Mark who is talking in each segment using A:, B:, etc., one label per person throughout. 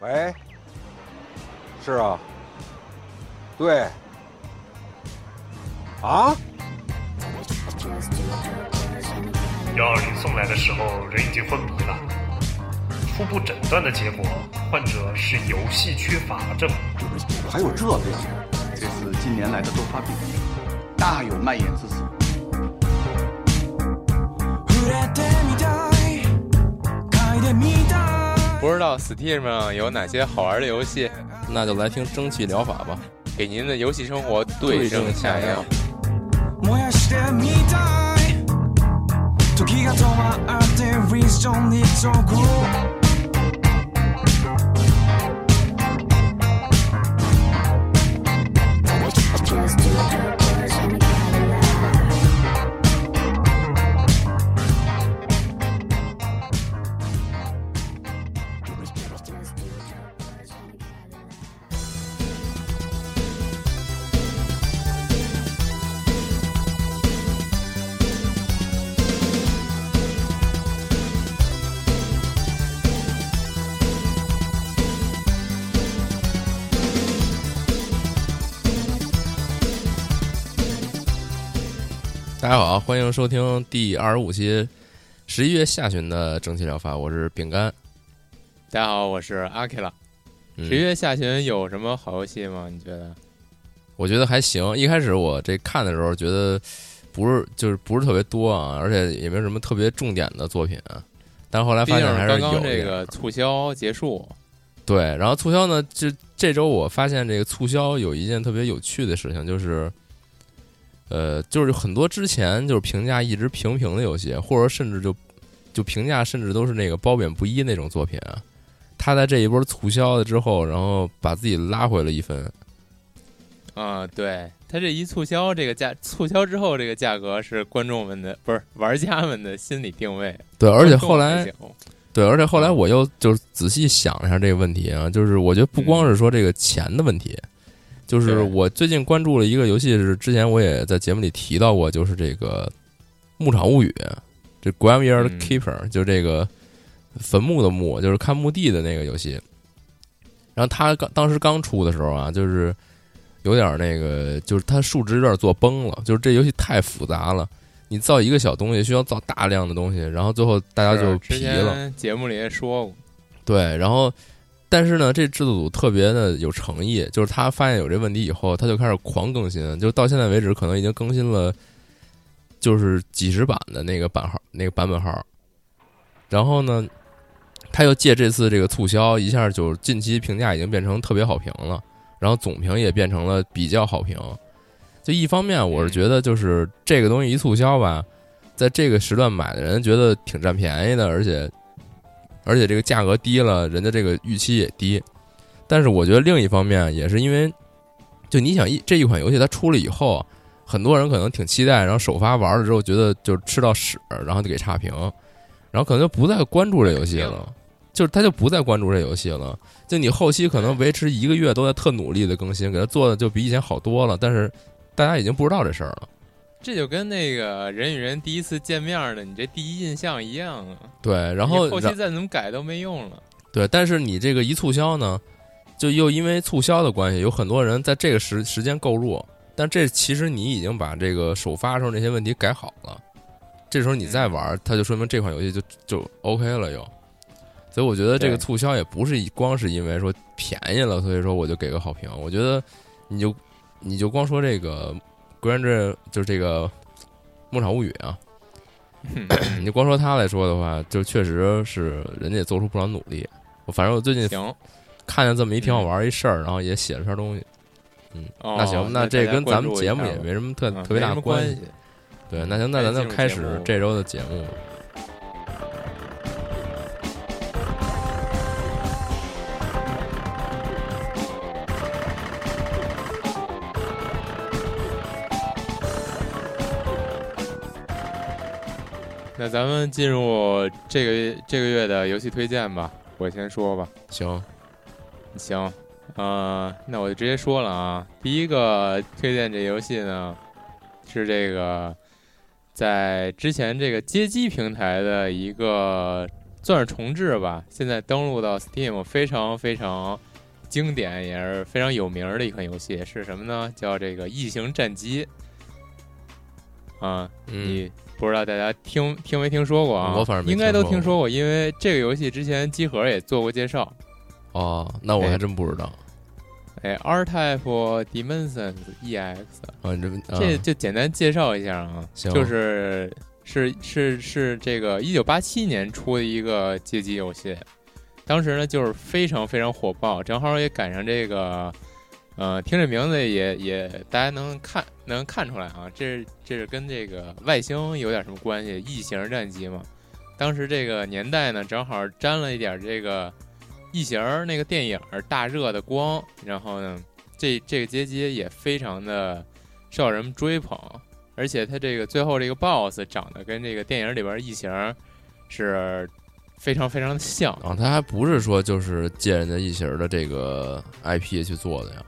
A: 喂，是啊，对，啊，
B: 幺二零送来的时候，人已经昏迷了。初步诊断的结果，患者是游戏缺乏症。
C: 还有这病，这是近年来的多发病，大有蔓延之势。
D: 不知道 Steam 上有哪些好玩的游戏，
E: 那就来听蒸汽疗法吧。
D: 给您的游戏生活对症下药。
E: 大家好，欢迎收听第二十五期十一月下旬的蒸汽疗法，我是饼干。
D: 大家好，我是阿 K 了。
E: 嗯
D: 十一月下旬有什么好游戏吗？你觉得？
E: 我觉得还行。一开始我这看的时候觉得不是，就是不是特别多啊，而且也没有什么特别重点的作品、啊。但后来
D: 毕
E: 发
D: 竟
E: 现还是
D: 刚
E: 有
D: 刚
E: 一
D: 这
E: 点
D: 个促销结束，
E: 对，然后促销呢，这这周我发现这个促销有一件特别有趣的事情，就是，呃，就是很多之前就是评价一直平平的游戏，或者甚至就就评价甚至都是那个褒贬不一那种作品啊，他在这一波促销了之后，然后把自己拉回了一分，
D: 啊、对，它这一促销，这个价促销之后，这个价格是观众们的，不是玩家们的心理定位。
E: 对，而且
D: 观众
E: 后来
D: 还行
E: 对，而且后来
D: 嗯
E: 我又就是仔细想了一下这个问题啊，就是我觉得不光是说这个钱的问题，就是
D: 嗯对
E: 我最近关注了一个游戏，是之前我也在节目里提到过，就是这个《牧场物语》，这 Graveyard
D: 嗯
E: Keeper，、就这个坟墓的墓，就是看墓地的那个游戏。然后它刚当时刚出的时候啊，就是有点儿那个，就是它数值有点儿做崩了，就是这游戏太复杂了。你造一个小东西需要造大量的东西，然后最后大家就是
D: 之
E: 疲了。
D: 前节目里也说过，
E: 对，然后但是呢，这制作组特别的有诚意，就是他发现有这问题以后，他就开始狂更新，就是到现在为止，可能已经更新了就是几十版的那个版号，那个版本号。然后呢，他又借这次这个促销，一下就近期评价已经变成特别好评了，然后总评也变成了比较好评。就一方面，我是觉得就是这个东西一促销吧，在这个时段买的人觉得挺占便宜的，而且而且这个价格低了，人家这个预期也低。但是我觉得另一方面也是因为，就你想一这一款游戏它出了以后，很多人可能挺期待，然后首发玩了之后觉得就吃到屎，然后就给差评，然后可能就不再关注这游戏
D: 肯定
E: 了，就是他就不再关注这游戏了。就你后期可能维持一个月都在特努力的更新，给它做的就比以前好多了，但是大家已经不知道这事儿了。
D: 这就跟那个人与人第一次见面的你这第一印象一样啊。
E: 对，然
D: 你
E: 后
D: 后
E: 然
D: 期再怎么改都没用了。
E: 对，但是你这个一促销呢，就又因为促销的关系，有很多人在这个时时间购入，但这其实你已经把这个首发时候那些问题改好了，这时候你再玩，它就说明这款游戏就就 OK 了又。所以我觉得这个
D: 对
E: 促销也不是一光是因为说便宜了，所以说我就给个好评。我觉得你就你就光说这个《Grand》就是这个《牧场物语》啊，你就光说他来说的话，就确实是人家也做出不少努力。我反正我最近
D: 行，
E: 看见这么一挺好玩儿一事儿，然后也写了篇东西。
D: 嗯哦、
E: 那行，那这
D: 大家
E: 跟咱
D: 关
E: 们
D: 注
E: 节
D: 一
E: 目
D: 下
E: 也
D: 吧
E: 没什么特
D: 嗯
E: 特别
D: 没
E: 大
D: 什么
E: 的关
D: 关
E: 系。对，那行，那
D: 哎
E: 咱
D: 进
E: 就
D: 入
E: 开
D: 节
E: 始
D: 目
E: 这周的节目吧。
D: 那咱们进入这个月这个月的游戏推荐吧，我先说吧。
E: 行，
D: 行，呃，那我就直接说了啊。第一个推荐这游戏呢，是这个在之前这个街机平台的一个算是重置吧。现在登录到 Steam 非常非常经典，也是非常有名儿的一款游戏，是什么呢？叫这个《异形战机》啊，
E: 嗯，
D: 你不知道大家听听没听说过啊？
E: 我反正没
D: 应该都
E: 听
D: 听
E: 说
D: 说过，因为这个游戏之前机核也做过介绍。
E: 哦，那我还真不知道。
D: 哎，R-Type Dimensions EX，
E: 啊，你这啊
D: E 这就简单介绍一下啊，
E: 行
D: 就是是是是这个一九八七年出的一个街机游戏，当时呢就是非常非常火爆，正好也赶上这个，呃，听这名字也也大家能看能看出来啊，这这是跟这个外星有点什么关系？异形战机嘛，当时这个年代呢正好沾了一点这个异形儿那个电影儿大热的光，然后呢这这个街机也非常的。受人追捧，而且他这个最后这个 BOSS 长得跟这个电影里边异形是非常非常的像。
E: 啊，他还不是说就是借人家一型的这个 IP 去做的呀，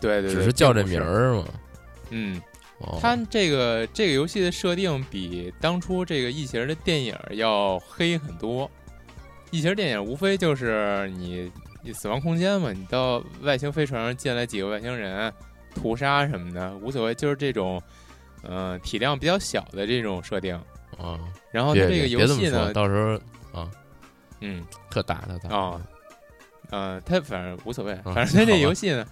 D: 对对对，
E: 只是叫这
D: 并
E: 名
D: 不是。
E: 儿嘛。
D: 嗯，
E: 哦，
D: 它这个这个游戏的设定比当初这个异形的电影要黑很多。异形电影无非就是你你死亡空间嘛，你到外星飞船上进来几个外星人，屠杀什么的无所谓，就是这种嗯、呃体量比较小的这种设定。
E: 啊，
D: 然后它
E: 别
D: 哦这个
E: 别
D: 游
E: 别这么
D: 戏
E: 说，
D: 呢，
E: 到时候
D: 嗯，
E: 特大特大
D: 哦，呃，他反正无所谓，
E: 嗯
D: 反正他
E: 好
D: 这
E: 吧
D: 游戏呢，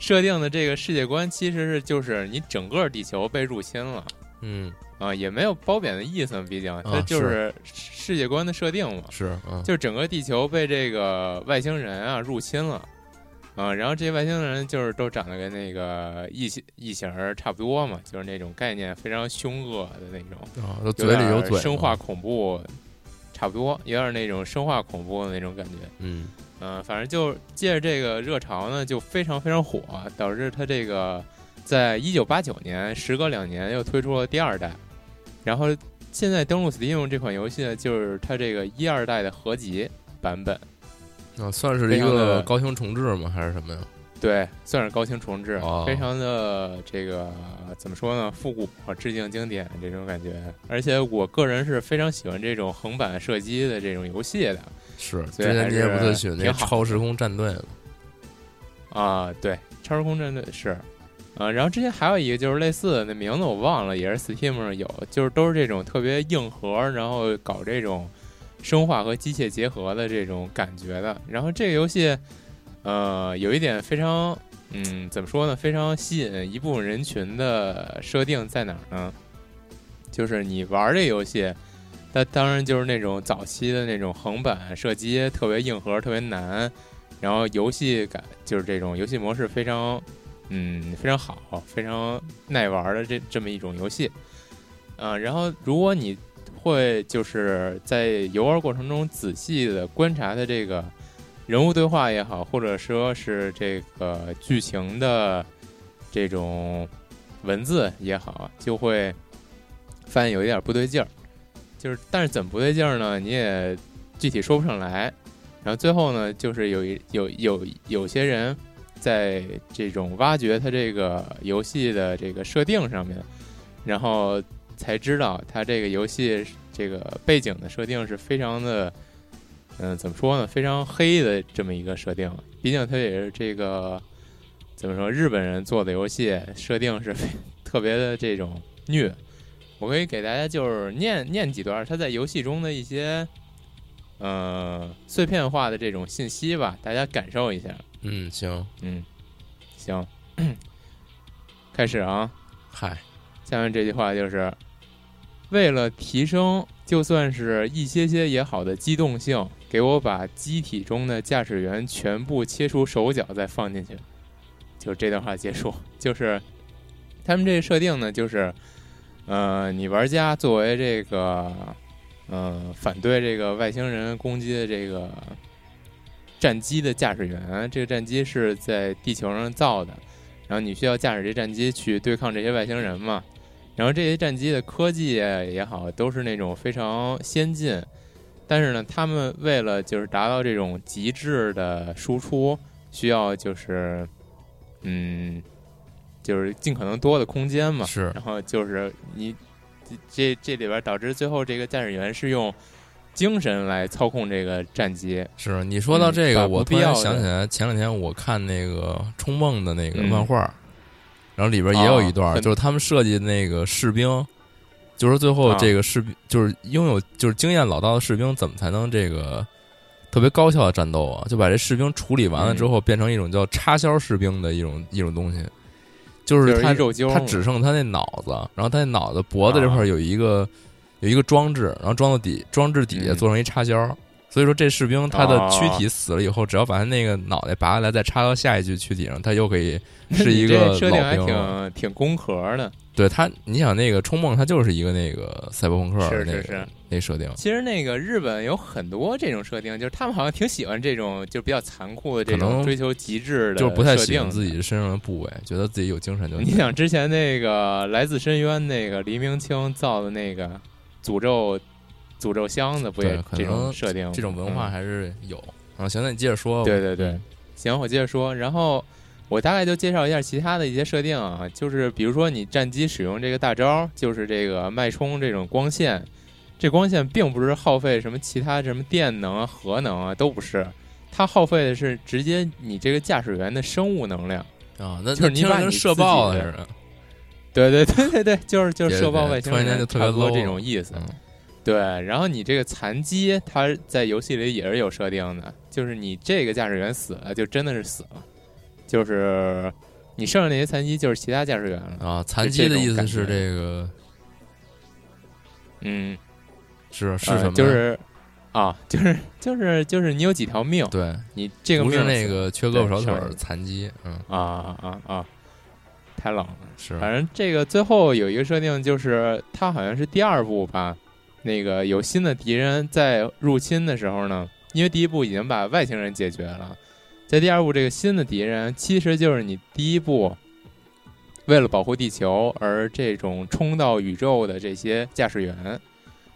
D: 设定的这个世界观其实是就是你整个地球被入侵了
E: 嗯，
D: 啊、也没有褒贬的意思嘛，毕
E: 啊
D: 竟它就是世界观的设定嘛，
E: 是啊，
D: 就是整个地球被这个外星人啊入侵了啊、然后这些外星人就是都长得跟那个异形异形儿差不多嘛，就是那种概念非常凶恶的那种。
E: 啊，都嘴里有
D: 点
E: 嘴，
D: 生化，恐怖，差不多，有点那种生化恐怖的那种感觉。
E: 嗯，
D: 嗯、反正就借着这个热潮呢，就非常非常火，啊导致它这个在一九八九年，时隔两年又推出了第二代。然后现在登陆 Steam 这款游戏呢，就是它这个一二代的合集版本，
E: 那算是
D: 非
E: 一
D: 常
E: 个
D: 的
E: 高清重置吗？还是什么呀？
D: 对，算是高清重置，
E: 哦
D: 非常的这个怎么说呢，复古、啊致敬经典这种感觉。而且我个人是非常喜欢这种横版射击的这种游戏的
E: 是，之
D: 所以
E: 前
D: 还
E: 你也不
D: 是
E: 特喜欢那
D: 挺
E: 个
D: 好
E: 超时空战队吗？
D: 啊，对，超时空战队是。啊，然后之前还有一个就是类似的，那名字我忘了，也是 Steam 上有，就是都是这种特别硬核，然后搞这种生化和机械结合的这种感觉的。然后这个游戏，呃，有一点非常，嗯，怎么说呢？非常吸引一部分人群的设定在哪儿呢？就是你玩这游戏，它当然就是那种早期的那种横版射击，特别硬核，特别难。然后游戏感就是这种游戏模式非常，嗯，非常好，非常耐玩的这这么一种游戏。啊、然后如果你会就是在游玩过程中仔细的观察它这个人物对话也好，或者说是这个剧情的这种文字也好，就会发现有一点不对劲儿。就是，但是怎么不对劲儿呢？你也具体说不上来。然后最后呢，就是有一有有有些人在这种挖掘它这个游戏的这个设定上面，然后才知道它这个游戏是这个背景的设定是非常的，嗯、怎么说呢，非常黑的这么一个设定。毕竟它也是这个怎么说，日本人做的游戏设定是特别的这种虐。我可以给大家就是念念几段它在游戏中的一些。呃碎片化的这种信息吧，大家感受一下。
E: 嗯，行，
D: 嗯，行， 开始啊。
E: 嗨，
D: 下面这句话就是：为了提升，就算是一些些也好的机动性，给我把机体中的驾驶员全部切除手脚，再放进去。就这段话结束，就是他们这个设定呢，就是呃，你玩家作为这个呃反对这个外星人攻击的这个战机的驾驶员，这个战机是在地球上造的。然后你需要驾驶这战机去对抗这些外星人嘛。然后这些战机的科技啊也好，都是那种非常先进，但是呢，他们为了就是达到这种极致的输出，需要就是，嗯，就是尽可能多的空间嘛。
E: 是
D: 然后就是你这这这里边导致最后这个驾驶员是用精神来操控这个战机。
E: 是你说到这个，
D: 嗯把
E: 我
D: 不
E: 突
D: 必要
E: 然
D: 的
E: 想起来，前两天我看那个《冲梦》的那个
D: 嗯
E: 漫画，然后里边也有一段，
D: 哦很
E: 就是他们设计那个士兵，就是最后
D: 啊
E: 这个士兵、就是拥有就是经验老道的士兵，怎么才能这个特别高效的战斗啊？就把这士兵处理完了之
D: 嗯
E: 后，变成一种叫插销士兵的一种一种东西，就
D: 就是是
E: 他
D: 一肉揪
E: 他只剩他那脑子，然后他那脑子脖
D: 啊
E: 子这块儿有一个、有一个装置，然后装到底装置底下
D: 嗯
E: 做成一插销。所以说，这士兵他的
D: 哦
E: 躯体死了以后，只要把他那个脑袋拔下来，再插到下一具躯体上，他又可以 是一 个
D: 你这设定
E: 老
D: 还
E: 兵了。
D: 挺挺工壳的。
E: 对他，你想那个冲梦，他就是一个那个赛博朋克
D: 是
E: 那个
D: 是是
E: 那设定，
D: 其实那个日本有很多这种设定，就是他们好像挺喜欢这种就比较残酷的这
E: 可
D: 种
E: 能
D: 追求极致的，
E: 就是不太喜欢自己。身上的部位，觉得自己有精神就
D: 你想之前那个来自深渊那个黎明清造的那个诅咒诅咒箱子，不也
E: 对可能
D: 这种设定吗？
E: 这种文化
D: 嗯
E: 还是有。啊，行，那你接着说。
D: 对对对，行，我接着说。然后我大概就介绍一下其他的一些设定啊，就是比如说你战机使用这个大招，就是这个脉冲这种光线，这光线并不是耗费什么其他什么电能啊、核能啊，都不是。它耗费的是直接你这个驾驶员的生物能量，
E: 啊，那
D: 就是
E: 那
D: 你
E: 听着
D: 把
E: 跟
D: 你
E: 射
D: 自己
E: 爆了
D: 的
E: 似的。
D: 对对对对对，就是就是
E: 对
D: 射
E: 对
D: 爆
E: 对
D: 外星
E: 突然
D: 人，
E: 间就特
D: 差
E: 别
D: 不多
E: low
D: 这
E: 了
D: 种意思。
E: 嗯
D: 对，然后你这个残疾，它在游戏里也是有设定的，就是你这个驾驶员死了，就真的是死了，就是你剩下那些残疾就是其他驾驶员了。
E: 啊，残
D: 就
E: 疾
D: 这
E: 的
D: 种
E: 意思
D: 感觉
E: 是这个
D: 嗯，
E: 是是
D: 呃
E: 什么呀？
D: 就是啊，就是就是就是你有几条命，
E: 对，
D: 你这个
E: 不
D: 命
E: 是那
D: 死
E: 个缺胳膊
D: 对
E: 少腿
D: 少
E: 儿
D: 一
E: 残疾，嗯，
D: 啊啊啊啊，太冷了。
E: 是
D: 反正这个最后有一个设定，就是它好像是第二部吧，那个有新的敌人在入侵的时候呢，因为第一部已经把外星人解决了，在第二部这个新的敌人其实就是你第一部为了保护地球而这种冲到宇宙的这些驾驶员，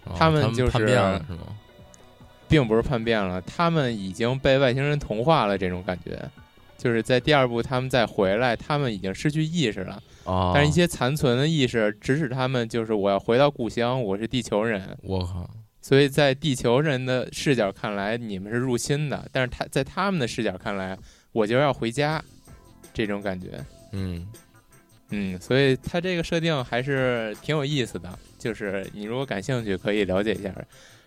E: 哦
D: 他
E: 他
D: 们就
E: 叛
D: 是
E: 变了是吗？
D: 并不是叛变了，他们已经被外星人同化了，这种感觉。就是在第二部，他们再回来，他们已经失去意识了。
E: 啊，
D: 但是一些残存的意识指使他们，就是我要回到故乡，我是地球人，
E: 我靠，
D: 所以在地球人的视角看来，你们是入侵的，但是他在他们的视角看来，我就要回家，这种感觉，
E: 嗯，
D: 嗯，所以他这个设定还是挺有意思的，就是你如果感兴趣，可以了解一下，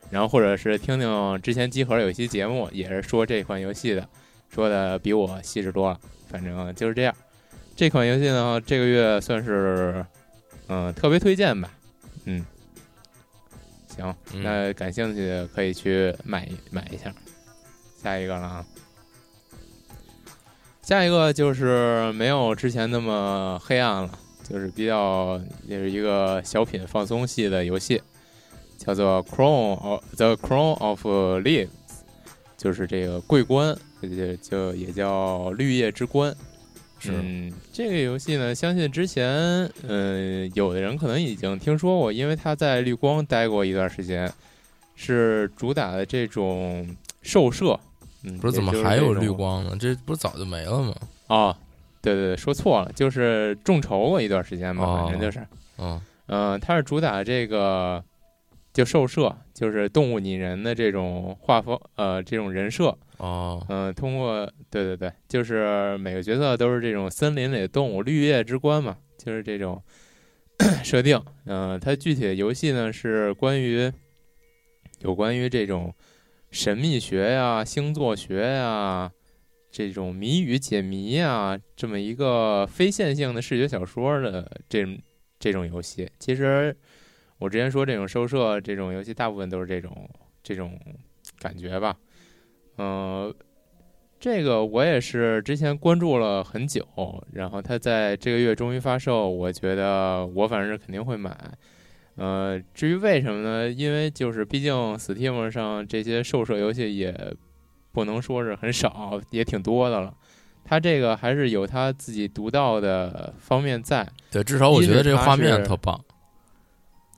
D: 然后或者是听听之前集合有一期节目，也是说这款游戏的，说的比我细致多了，反正就是这样。这款游戏呢，这个月算是嗯、特别推荐吧，嗯，行，
E: 嗯
D: 那感兴趣的可以去买一买一下。下一个了啊，下一个就是没有之前那么黑暗了，就是比较也是一个小品放松系的游戏，叫做《Crown of the Crown of Leaves》，就是这个桂冠，就就也叫绿叶之冠。
E: 是
D: 嗯，这个游戏呢，相信之前，呃，有的人可能已经听说过，因为他在绿光待过一段时间，是主打的这种兽社。嗯，
E: 不是怎么
D: 也就
E: 还有
D: 这种
E: 绿光呢？这不是早就没了吗？
D: 啊？对对对，说错了，就是众筹过一段时间吧，
E: 哦
D: 反正就是，
E: 嗯，
D: 嗯，它是主打这个就兽社，就是动物拟人的这种画风，呃，这种人设，
E: 哦，
D: 嗯，通过对对对，就是每个角色都是这种森林里的动物，绿叶之冠嘛，就是这种 设定。嗯、它具体的游戏呢是关于有关于这种神秘学呀、星座学呀、这种谜语解谜呀，这么一个非线性的视觉小说的这种这种游戏。其实我之前说这种收社这种游戏，大部分都是这种这种感觉吧。嗯、这个我也是之前关注了很久，然后它在这个月终于发售，我觉得我反正是肯定会买。呃，至于为什么呢？因为就是毕竟 Steam 上这些售社游戏也不能说是很少，也挺多的了。它这个还是有它自己独到的方面在。
E: 对，至少我
D: 一
E: 觉
D: 是
E: 得这个
D: 它
E: 画面
D: 是
E: 特棒，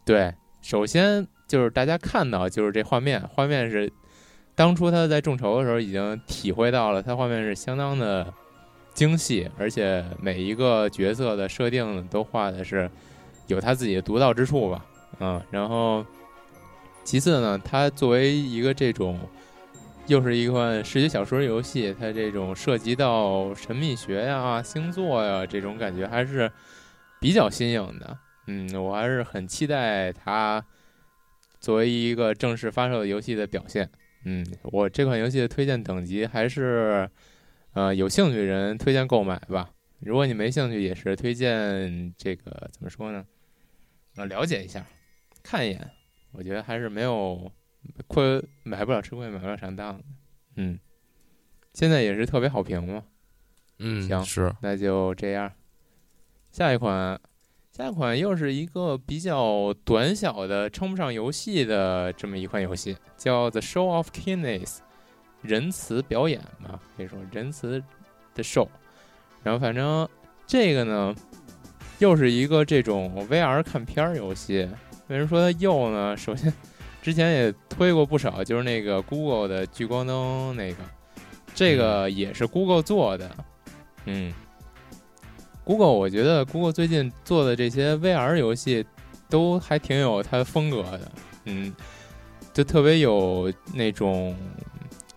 D: 对，首先就是大家看到就是这画面，画面是当初他在众筹的时候已经体会到了，它画面是相当的精细，而且每一个角色的设定都画的是有他自己的独到之处吧，嗯，然后其次呢，它作为一个这种又是一款视觉小说游戏，它这种涉及到神秘学呀、星座呀这种感觉还是比较新颖的。嗯，我还是很期待它作为一个正式发售的游戏的表现。嗯，我这款游戏的推荐等级还是呃有兴趣人推荐购买吧。如果你没兴趣，也是推荐这个怎么说呢？呃，了解一下，看一眼，我觉得还是没有亏买不了吃亏，买不了上当的。嗯，现在也是特别好评嘛，
E: 嗯，
D: 行
E: 是
D: 那就这样。下一款，下一款又是一个比较短小的、称不上游戏的这么一款游戏，叫《The Show of Keenness》，仁慈表演嘛，可以说仁慈的 show。然后反正这个呢，又是一个这种 VR 看片儿游戏。为什么说它又呢？ 首先，之前也推过不少，就是那个 Google 的聚光灯那个，这个也是 Google 做的。嗯，Google 我觉得 Google 最近做的这些 VR 游戏都还挺有它的风格的。嗯，就特别有那种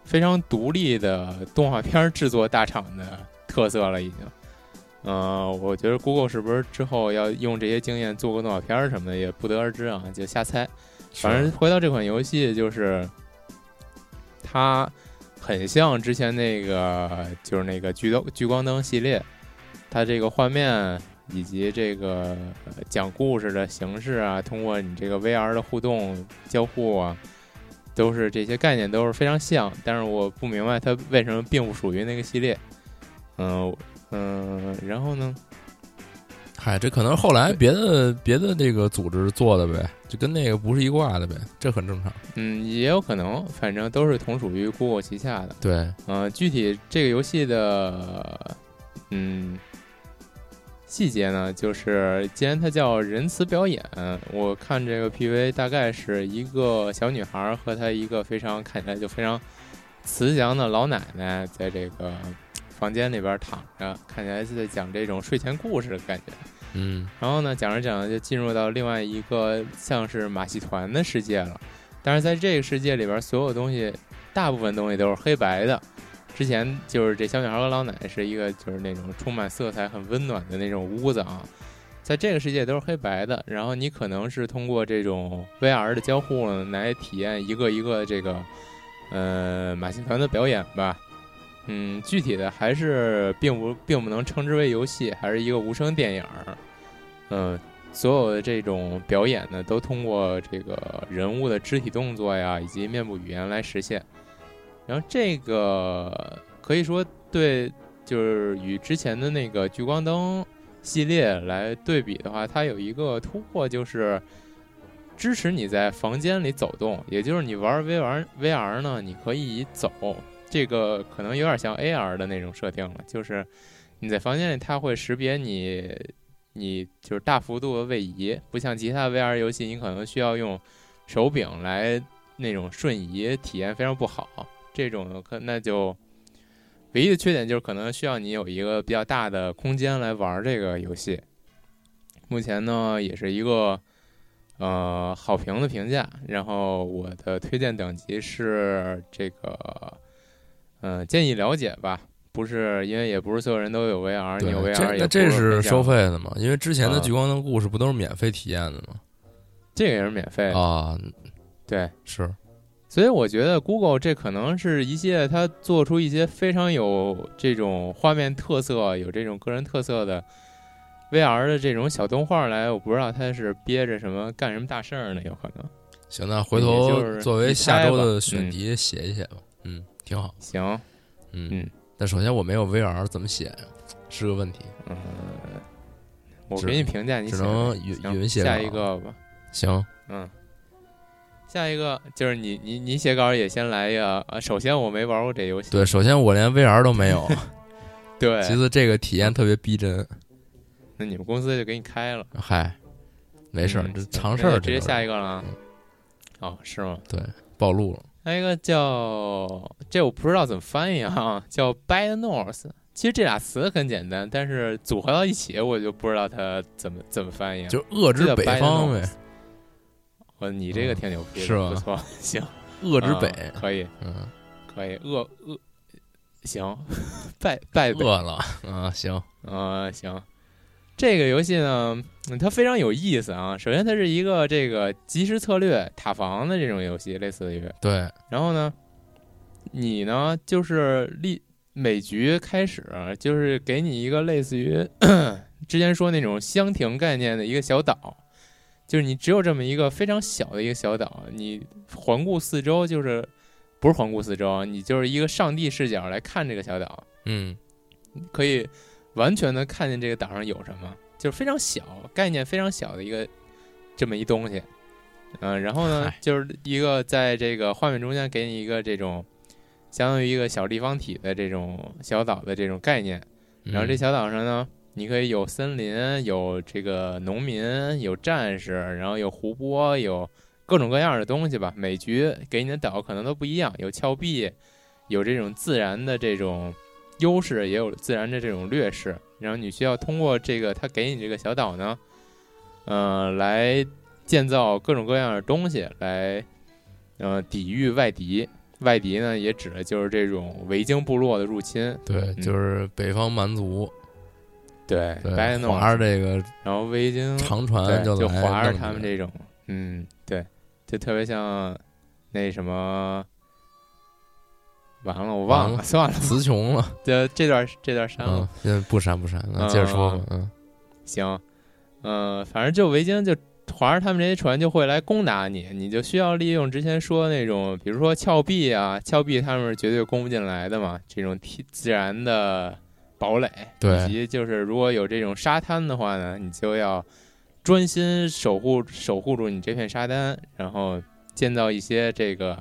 D: 非常独立的动画片制作大厂的特色了，已经。嗯，我觉得 Google 是不是之后要用这些经验做个动画片儿什么的，也不得而知啊，就瞎猜。反正回到这款游戏，就是它很像之前那个，就是那个聚灯聚光灯系列，它这个画面以及这个呃讲故事的形式啊，通过你这个 VR 的互动交互啊，都是这些概念都是非常像。但是我不明白它为什么并不属于那个系列。嗯、嗯、然后呢？
E: 嗨，这可能后来别的别的这个组织做的呗，就跟那个不是一挂的呗，这很正常。
D: 嗯，也有可能，反正都是同属于 Google 旗下的。
E: 对，
D: 呃，具体这个游戏的嗯细节呢，就是既然它叫仁慈表演，我看这个 PV 大概是一个小女孩儿和她一个非常看起来就非常慈祥的老奶奶，在这个房间里边儿躺着，看起来是在讲这种睡前故事的感觉。
E: 嗯，
D: 然后呢，讲着讲着就进入到另外一个像是马戏团的世界了。但是在这个世界里边，所有东西，大部分东西都是黑白的。之前就是这小女孩和老奶奶是一个就是那种充满色彩、很温暖的那种屋子啊，在这个世界都是黑白的。然后你可能是通过这种 VR 的交互呢，来体验一个一个这个呃马戏团的表演吧。嗯，具体的还是并不并不能称之为游戏，还是一个无声电影儿。嗯，所有的这种表演呢，都通过这个人物的肢体动作呀，以及面部语言来实现。然后这个可以说对，就是与之前的那个聚光灯系列来对比的话，它有一个突破，就是支持你在房间里走动，也就是你玩 VR VR 呢，你可以走。这个可能有点像 AR 的那种设定了，就是你在房间里，它会识别你你就是大幅度的位移，不像其他 VR 游戏，你可能需要用手柄来那种瞬移，体验非常不好。这种的可那就唯一的缺点就是可能需要你有一个比较大的空间来玩这个游戏。目前呢，也是一个呃好评的评价，然后我的推荐等级是这个，嗯、建议了解吧。不是，因为也不是所有人都有 VR，你
E: 对
D: 有，VR
E: 这
D: 也
E: 那
D: 不
E: 这是
D: 每家
E: 收费的嘛？因为之前的
D: 啊
E: 聚光灯故事不都是免费体验的吗？
D: 这个也是免费的，
E: 啊，
D: 对。
E: 是，
D: 所以我觉得 Google 这可能是一系列它做出一些非常有这种画面特色、有这种个人特色的 VR 的这种小动画来，我不知道它是憋着什么干什么大事儿呢？有可能。
E: 行，那回
D: 也
E: 头
D: 就是
E: 作为
D: 你
E: 下周
D: 猜吧
E: 的选题写一写吧。嗯，挺好。
D: 行，
E: 嗯
D: 嗯，
E: 但首先我没有 VR，怎么写呀？是个问题。
D: 嗯，我
E: 只
D: 给你评价，你
E: 只
D: 写
E: 能
D: 吧
E: 云
D: 行
E: 云写
D: 下
E: 稿
D: 一个吧。
E: 行，
D: 嗯，下一个就是你你你写稿也先来一个。啊，首先我没玩过这游戏，
E: 对，首先我连 VR 都没有，
D: 对，
E: 其次这个体验特别逼真。
D: 那你们公司就给你开了。
E: 嗨，没事儿，
D: 嗯
E: 这
D: 行
E: 常事
D: 那
E: 儿
D: 就
E: 这
D: 直接
E: 都是
D: 下一个了啊
E: 嗯。
D: 哦，是吗？
E: 暴露了。
D: 还有一个叫这我不知道怎么翻译啊， 叫 By the North。其实这俩词很简单，但是组合到一起，我就不知道它怎么怎么翻译了。啊
E: 就是遏制
D: 这叫
E: 北
D: By the
E: 方呗
D: North。呃，你这个挺牛逼的，
E: 嗯是吧
D: 不错， 行，
E: 恶之北，
D: 嗯可以，
E: 嗯，
D: 可以，恶恶，行，败败北，
E: 饿了，嗯，行，
D: 呃，行。这个游戏呢，嗯它非常有意思啊。首先，它是一个这个即时策略塔防的这种游戏，类似于，
E: 对，
D: 然后呢，你呢就是立每局开始就是给你一个类似于 之前说那种箱庭概念的一个小岛，就是你只有这么一个非常小的一个小岛，你环顾四周就是不是环顾四周，啊你就是一个上帝视角来看这个小岛，
E: 嗯，
D: 可以完全的看见这个岛上有什么，就是非常小，概念非常小的一个这么一东西。嗯、然后呢
E: 嗨，
D: 就是一个在这个画面中间给你一个这种相当于一个小立方体的这种小岛的这种概念。
E: 嗯
D: 然后这小岛上呢，你可以有森林，有这个农民，有战士，然后有湖泊，有各种各样的东西吧。每局给你的岛可能都不一样，有峭壁，有这种自然的这种优势，也有自然的这种劣势。然后你需要通过这个他给你这个小岛呢，呃，来建造各种各样的东西来，呃，抵御外敌。外敌呢，也指的就是这种维京部落的入侵。
E: 对，
D: 嗯
E: 就是北方蛮族，
D: 对
E: 对，
D: 白弄
E: 划着这个
D: 然后维京
E: 长
D: 对
E: 船
D: 就
E: 来
D: 划着
E: 弄
D: 他们这种，嗯，对，就特别像那什么，完了我忘
E: 完
D: 了，
E: 了
D: 算了，
E: 词穷了，
D: 这这段这段删了
E: 嗯，，现在不删不删了，接着说吧，嗯，
D: 行，嗯，反正就维京就划着他们这些船就会来攻打你，你就需要利用之前说那种，比如说峭壁啊，峭壁他们是绝对攻不进来的嘛，这种天自然的堡垒，
E: 对
D: 以及就是如果有这种沙滩的话呢，你就要专心守护守护住你这片沙滩，然后建造一些这个。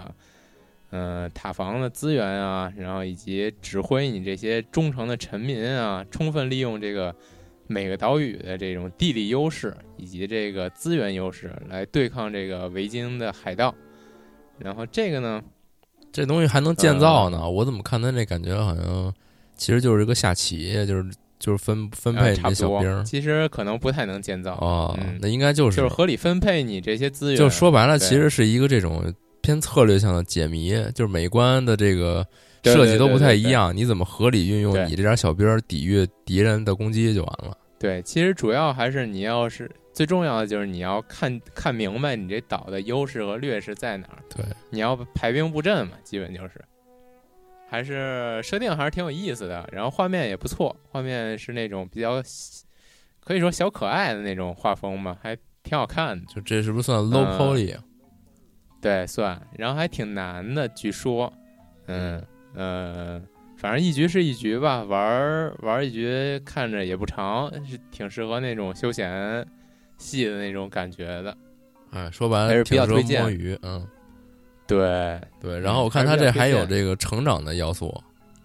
D: 嗯、塔防的资源啊，然后以及指挥你这些忠诚的臣民啊，充分利用这个每个岛屿的这种地理优势以及这个资源优势来对抗这个维京的海盗。然后这个呢，
E: 这东西还能建造
D: 嗯
E: 呢，我怎么看它这感觉好像其实就是一个下棋，就是就是分分
D: 呃
E: 配你
D: 差
E: 这
D: 不
E: 小兵
D: 多，
E: 儿
D: 其实可能不太能建造，
E: 哦
D: 嗯，
E: 那应该就
D: 就是是合理分配你这些资源。
E: 就说白了，
D: 对
E: 其实是一个这种偏策略向的解谜，就是每一关的这个
D: 对
E: 设
D: 对
E: 计
D: 对
E: 都不
D: 对
E: 太
D: 对
E: 一样，你怎么合理运用
D: 对
E: 你这点小兵儿抵御敌人的攻击就完了。
D: 对，其实主要还是你要是最重要的就是你要看看明白你这岛的优势和劣势在哪儿。
E: 对，
D: 你要排兵布阵嘛，基本就是，还是设定还是挺有意思的，然后画面也不错，画面是那种比较可以说小可爱的那种画风嘛，还挺好看的。
E: 就这是不是算 low
D: 嗯
E: poly？、啊
D: 对，算，然后还挺难的，据说，嗯呃，反正一局是一局吧，玩儿玩儿一局看着也不长，是挺适合那种休闲系的那种感觉的。
E: 哎，说白
D: 还
E: 了
D: 是
E: 挺
D: 比较
E: 适合
D: 推荐
E: 摸鱼，嗯，
D: 对，
E: 对。然后我看
D: 还是
E: 它
D: 比较推
E: 这还有
D: 荐
E: 这个成长的要素，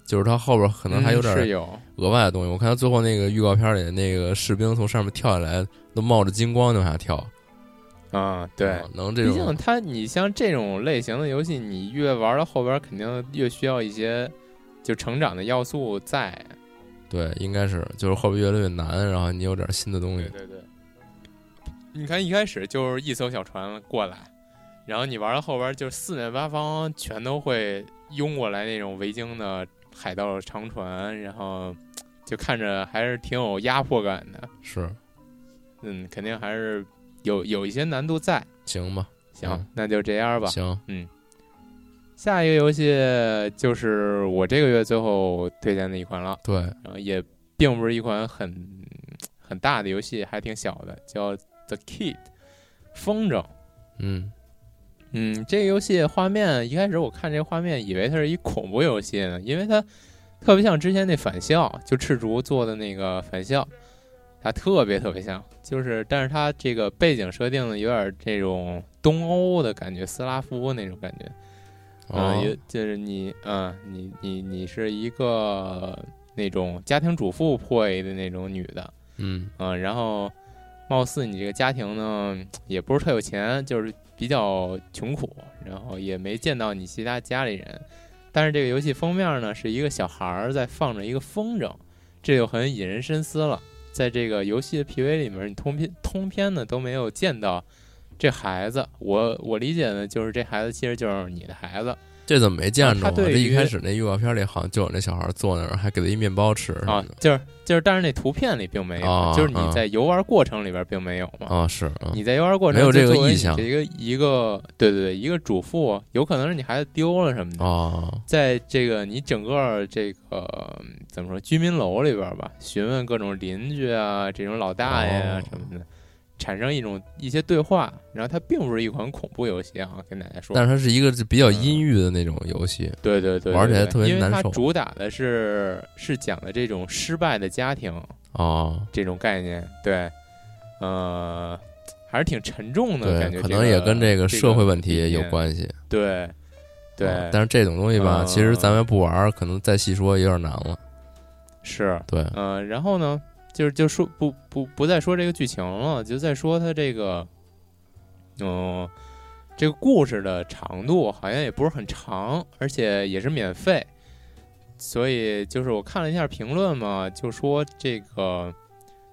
E: 就是它后边可
D: 可
E: 能还有
D: 嗯是
E: 点
D: 有，
E: 额外的东西。我看它最后那个预告片里那个士兵从上面跳下来，都冒着金光就往下跳，
D: 嗯，对。
E: 嗯能这
D: 毕
E: 种
D: 竟它，你像这种类型的游戏，你越玩到后边，肯定越需要一些就成长的要素在。
E: 对，应该是就是后边越来越难，然后你有点新的东西
D: 对。对对，你看一开始就是一艘小船过来，然后你玩到后边就是四面八方全都会拥过来那种维京的海盗长船，然后就看着还是挺有压迫感的。
E: 是，
D: 嗯，肯定还是有有一些难度在。
E: 行吧，
D: 行，
E: 嗯
D: 那就这样吧。
E: 行，
D: 下一个游戏就是我这个月最后推荐的一款了，
E: 对，
D: 然后也并不是一款很很大的游戏，还挺小的，叫《The Kid》风筝。
E: 嗯，
D: 嗯，这个游戏画面一开始我看这个画面，以为它是一恐怖游戏呢，因为它特别像之前那返校，就赤竹做的那个返校，它特别特别像，就是但是它这个背景设定呢，有点这种东欧的感觉，斯拉夫那种感觉。
E: 哦
D: 嗯，也就是你，嗯，你你你是一个那种家庭主妇会的那种女的，
E: 嗯，
D: 嗯，然后貌似你这个家庭呢也不是特有钱，就是比较穷苦，然后也没见到你其他家里人。但是这个游戏封面呢是一个小孩儿在放着一个风筝，这就很引人深思了。在这个游戏的 PV 里面，你通篇通篇呢都没有见到这孩子，我我理解的就是这孩子其实就是你的孩子
E: 这怎么没见着
D: 他
E: 啊？
D: 对
E: 这一
D: 于
E: 开始那预告片里好像就有那小孩坐那儿，还给他一面包吃什么
D: 啊
E: 的，
D: 就是就是，但是那图片里并没有，
E: 啊
D: 就是你
E: 啊
D: 在游玩过程里边并没有嘛。
E: 啊，是啊，
D: 你在游玩过程
E: 没有这
D: 就
E: 个
D: 作为
E: 意
D: 你
E: 向
D: 的一个一个对对对一个主妇，有可能是你孩子丢了什么的，
E: 哦，
D: 在这个你整个这个嗯怎么说居民楼里边吧，询问各种邻居啊，这种老大爷啊
E: 哦
D: 什么的，产生一种一些对话。然后它并不是一款恐怖游戏啊，跟大家说
E: 但，是它是一个比较
D: 嗯
E: 阴郁的那种游戏，
D: 对对对，
E: 玩起来
D: 对对
E: 特别
D: 因为它
E: 难受
D: 主打的是是讲的这种失败的家庭
E: 哦，
D: 这种概念，对，呃，还是挺沉重的
E: 对
D: 感觉，，
E: 可能也跟
D: 这
E: 个社会问题有
D: 理念，
E: 关系，
D: 对对，
E: 啊但是这种东西吧，
D: 嗯
E: 其实咱们不玩儿，可能再细说有点难了，
D: 是
E: 对，
D: 嗯、然后呢，就是就说不不不再说这个剧情了，就再说它这个，嗯、这个故事的长度好像也不是很长，而且也是免费，所以就是我看了一下评论嘛，就说这个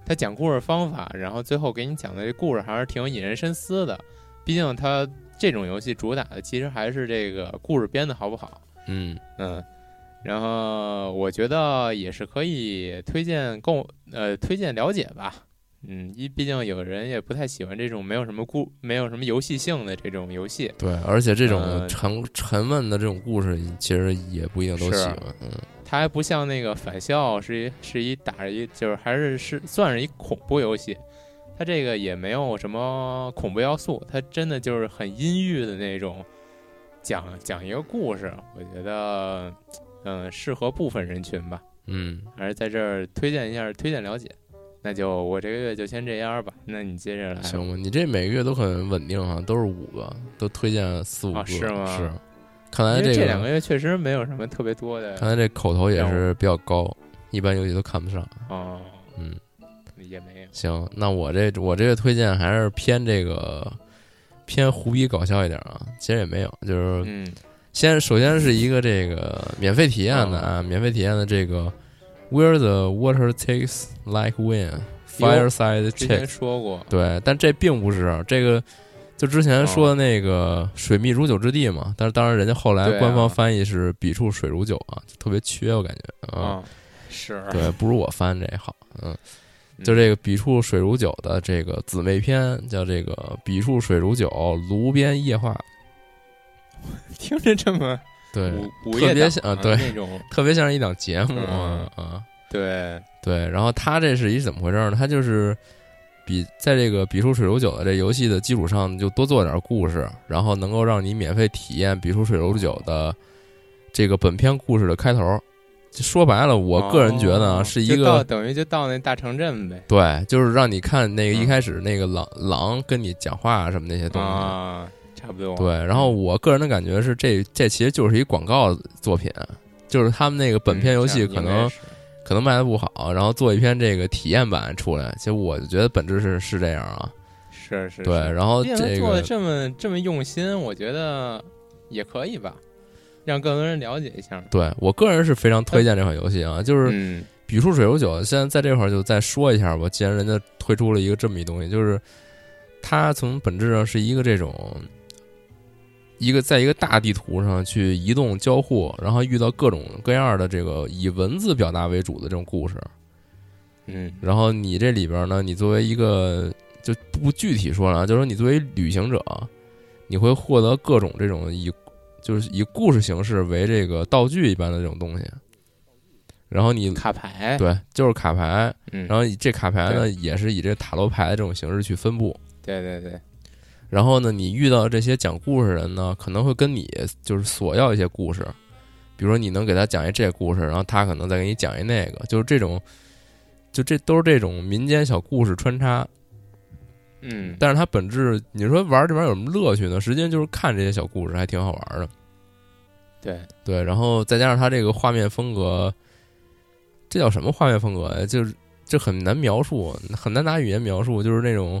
D: 他讲故事方法，然后最后给你讲的这故事还是挺引人深思的，毕竟他这种游戏主打的其实还是这个故事编的好不好。
E: 嗯，
D: 嗯，然后我觉得也是可以推荐购，呃，推荐了解吧。嗯，一毕竟有人也不太喜欢这种没有什么故、没有什么游戏性的这种游戏。
E: 对，而且这种
D: 呃
E: 沉沉闷的这种故事，其实也不一定都
D: 是啊
E: 喜欢，嗯，
D: 它还不像那个返校是一是一打着一就是还是是算是一恐怖游戏，它这个也没有什么恐怖要素，它真的就是很阴郁的那种，讲讲一个故事，我觉得嗯适合部分人群吧。
E: 嗯，
D: 还是在这儿推荐一下，推荐了解。那就我这个月就先这样吧。那你接着来吧。
E: 行吧，你这每个月都很稳定哈，都是五个，都推荐四五
D: 啊
E: 个，
D: 是吗
E: 是，看
D: 因
E: 来
D: 为这
E: 个哎
D: 两个月确实没有什么特别多的
E: 看来这口头也
D: 让
E: 是比较高，一般游戏都看不上。
D: 哦，
E: 嗯，
D: 也没有。
E: 行，那我这我这个推荐还是偏这个偏胡逼搞笑一点啊，其实也没有，就是
D: 嗯，
E: 先首先是一个这个免费体验的啊，
D: 嗯
E: 免费体验的这个 Where the water takes like wind fireside
D: 之前
E: check，
D: 说过，
E: 对，但这并不是这个。就之前
D: 哦
E: 说的那个水蜜如酒之地嘛，但是当然人家后来
D: 对啊
E: 官方翻译是笔触水如酒啊，就特别缺我感觉啊。
D: 嗯，是，
E: 对，不如我翻这好。嗯，就这个笔触水如酒的这个姊妹篇，叫这个笔触水如酒，炉边夜话。
D: 听着这么
E: 对，
D: 午午夜
E: 特别
D: 档
E: 像啊，对，
D: 那种
E: 特别像是一档节目啊
D: 嗯
E: 啊。
D: 对
E: 对，然后它这是一怎么回事呢？它就是比在这个笔触水如酒的这游戏的基础上，就多做点故事，然后能够让你免费体验笔触水如酒的这个本篇故事的开头。就说白了，我个人觉得啊，
D: 哦
E: 是
D: 就
E: 一个
D: 到等于就到那大城镇呗
E: 对，就是让你看那个一
D: 嗯
E: 开始那个狼、狼跟你讲话什么那些东西。
D: 啊，差不多。
E: 对，然后我个人的感觉是这这其实就是一广告作品，就是他们那个本片游
D: 嗯
E: 戏
D: 这
E: 可
D: 样
E: 能、
D: 应该是
E: 可能卖的不好，然后做一篇这个体验版出来。其实我就觉得本质是是这样啊。
D: 是是
E: 对，
D: 是
E: 然后
D: 毕竟他
E: 这
D: 做的
E: 个
D: 这么这么用心，我觉得也可以吧，让更多人了解一下。
E: 对我个人是非常推荐这款游戏啊，就是《
D: 嗯
E: 笔触水如酒》。现在在这块儿就再说一下吧，既然人家推出了一个这么一东西，就是它从本质上是一个这种一个在一个大地图上去移动交互，然后遇到各种各样的这个以文字表达为主的这种故事。
D: 嗯
E: 然后你这里边呢，你作为一个就不具体说了啊，就说你作为旅行者，你会获得各种这种以就是以故事形式为这个道具一般的这种东西。然后你
D: 卡牌，
E: 对，就是卡牌，
D: 嗯，
E: 然后以这卡牌呢，也是以这塔罗牌的这种形式去分布。
D: 对对对，
E: 然后呢，你遇到这些讲故事的人呢，可能会跟你就是索要一些故事，比如说你能给他讲一这故事，然后他可能再给你讲一那个，就是这种，就这都是这种民间小故事穿插。
D: 嗯，
E: 但是它本质，你说玩这玩意儿有什么乐趣呢？实际上就是看这些小故事，还挺好玩的。
D: 对，
E: 对，然后再加上它这个画面风格，这叫什么画面风格呀？就是这很难描述，很难拿语言描述，就是那种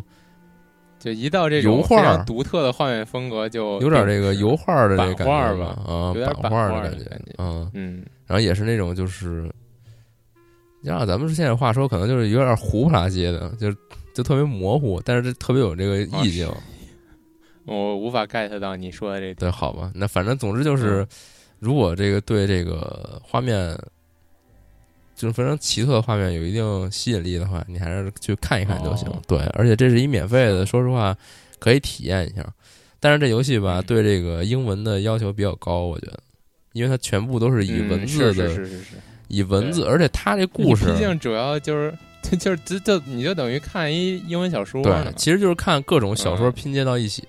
D: 就一到这种
E: 油画
D: 非常独特的画面风格，就
E: 有点这个
D: 定制
E: 油，画的这
D: 版
E: 感
D: 画
E: 觉
D: 吧
E: 啊，
D: 有点版
E: 画
D: 画的
E: 的感觉
D: 感觉，
E: 嗯，
D: 嗯，
E: 然后也是那种就是，让咱们现在话说，可能
D: 啊
E: 就是有点糊不拉几的，就是就特别模糊，但是这特别有这个意境，
D: 我无法 get 到你说的这点。
E: 对，好吧，那反正总之
D: 嗯
E: 就是，如果这个对这个画面，就是非常奇特的画面有一定吸引力的话，你还是去看一看就行。
D: 哦
E: 对，而且这是一免费的，说实话可以体验一下。但是这游戏吧，
D: 嗯
E: 对这个英文的要求比较高，我觉得，因为它全部都是以
D: 嗯
E: 文字
D: 是
E: 的，
D: 是是是是，
E: 以文字，而且它这
D: 你
E: 故事
D: 毕竟主要就是。就就是就就你就等于看一英文小说呢
E: 对，其实就是看各种小说
D: 嗯
E: 拼接到一起，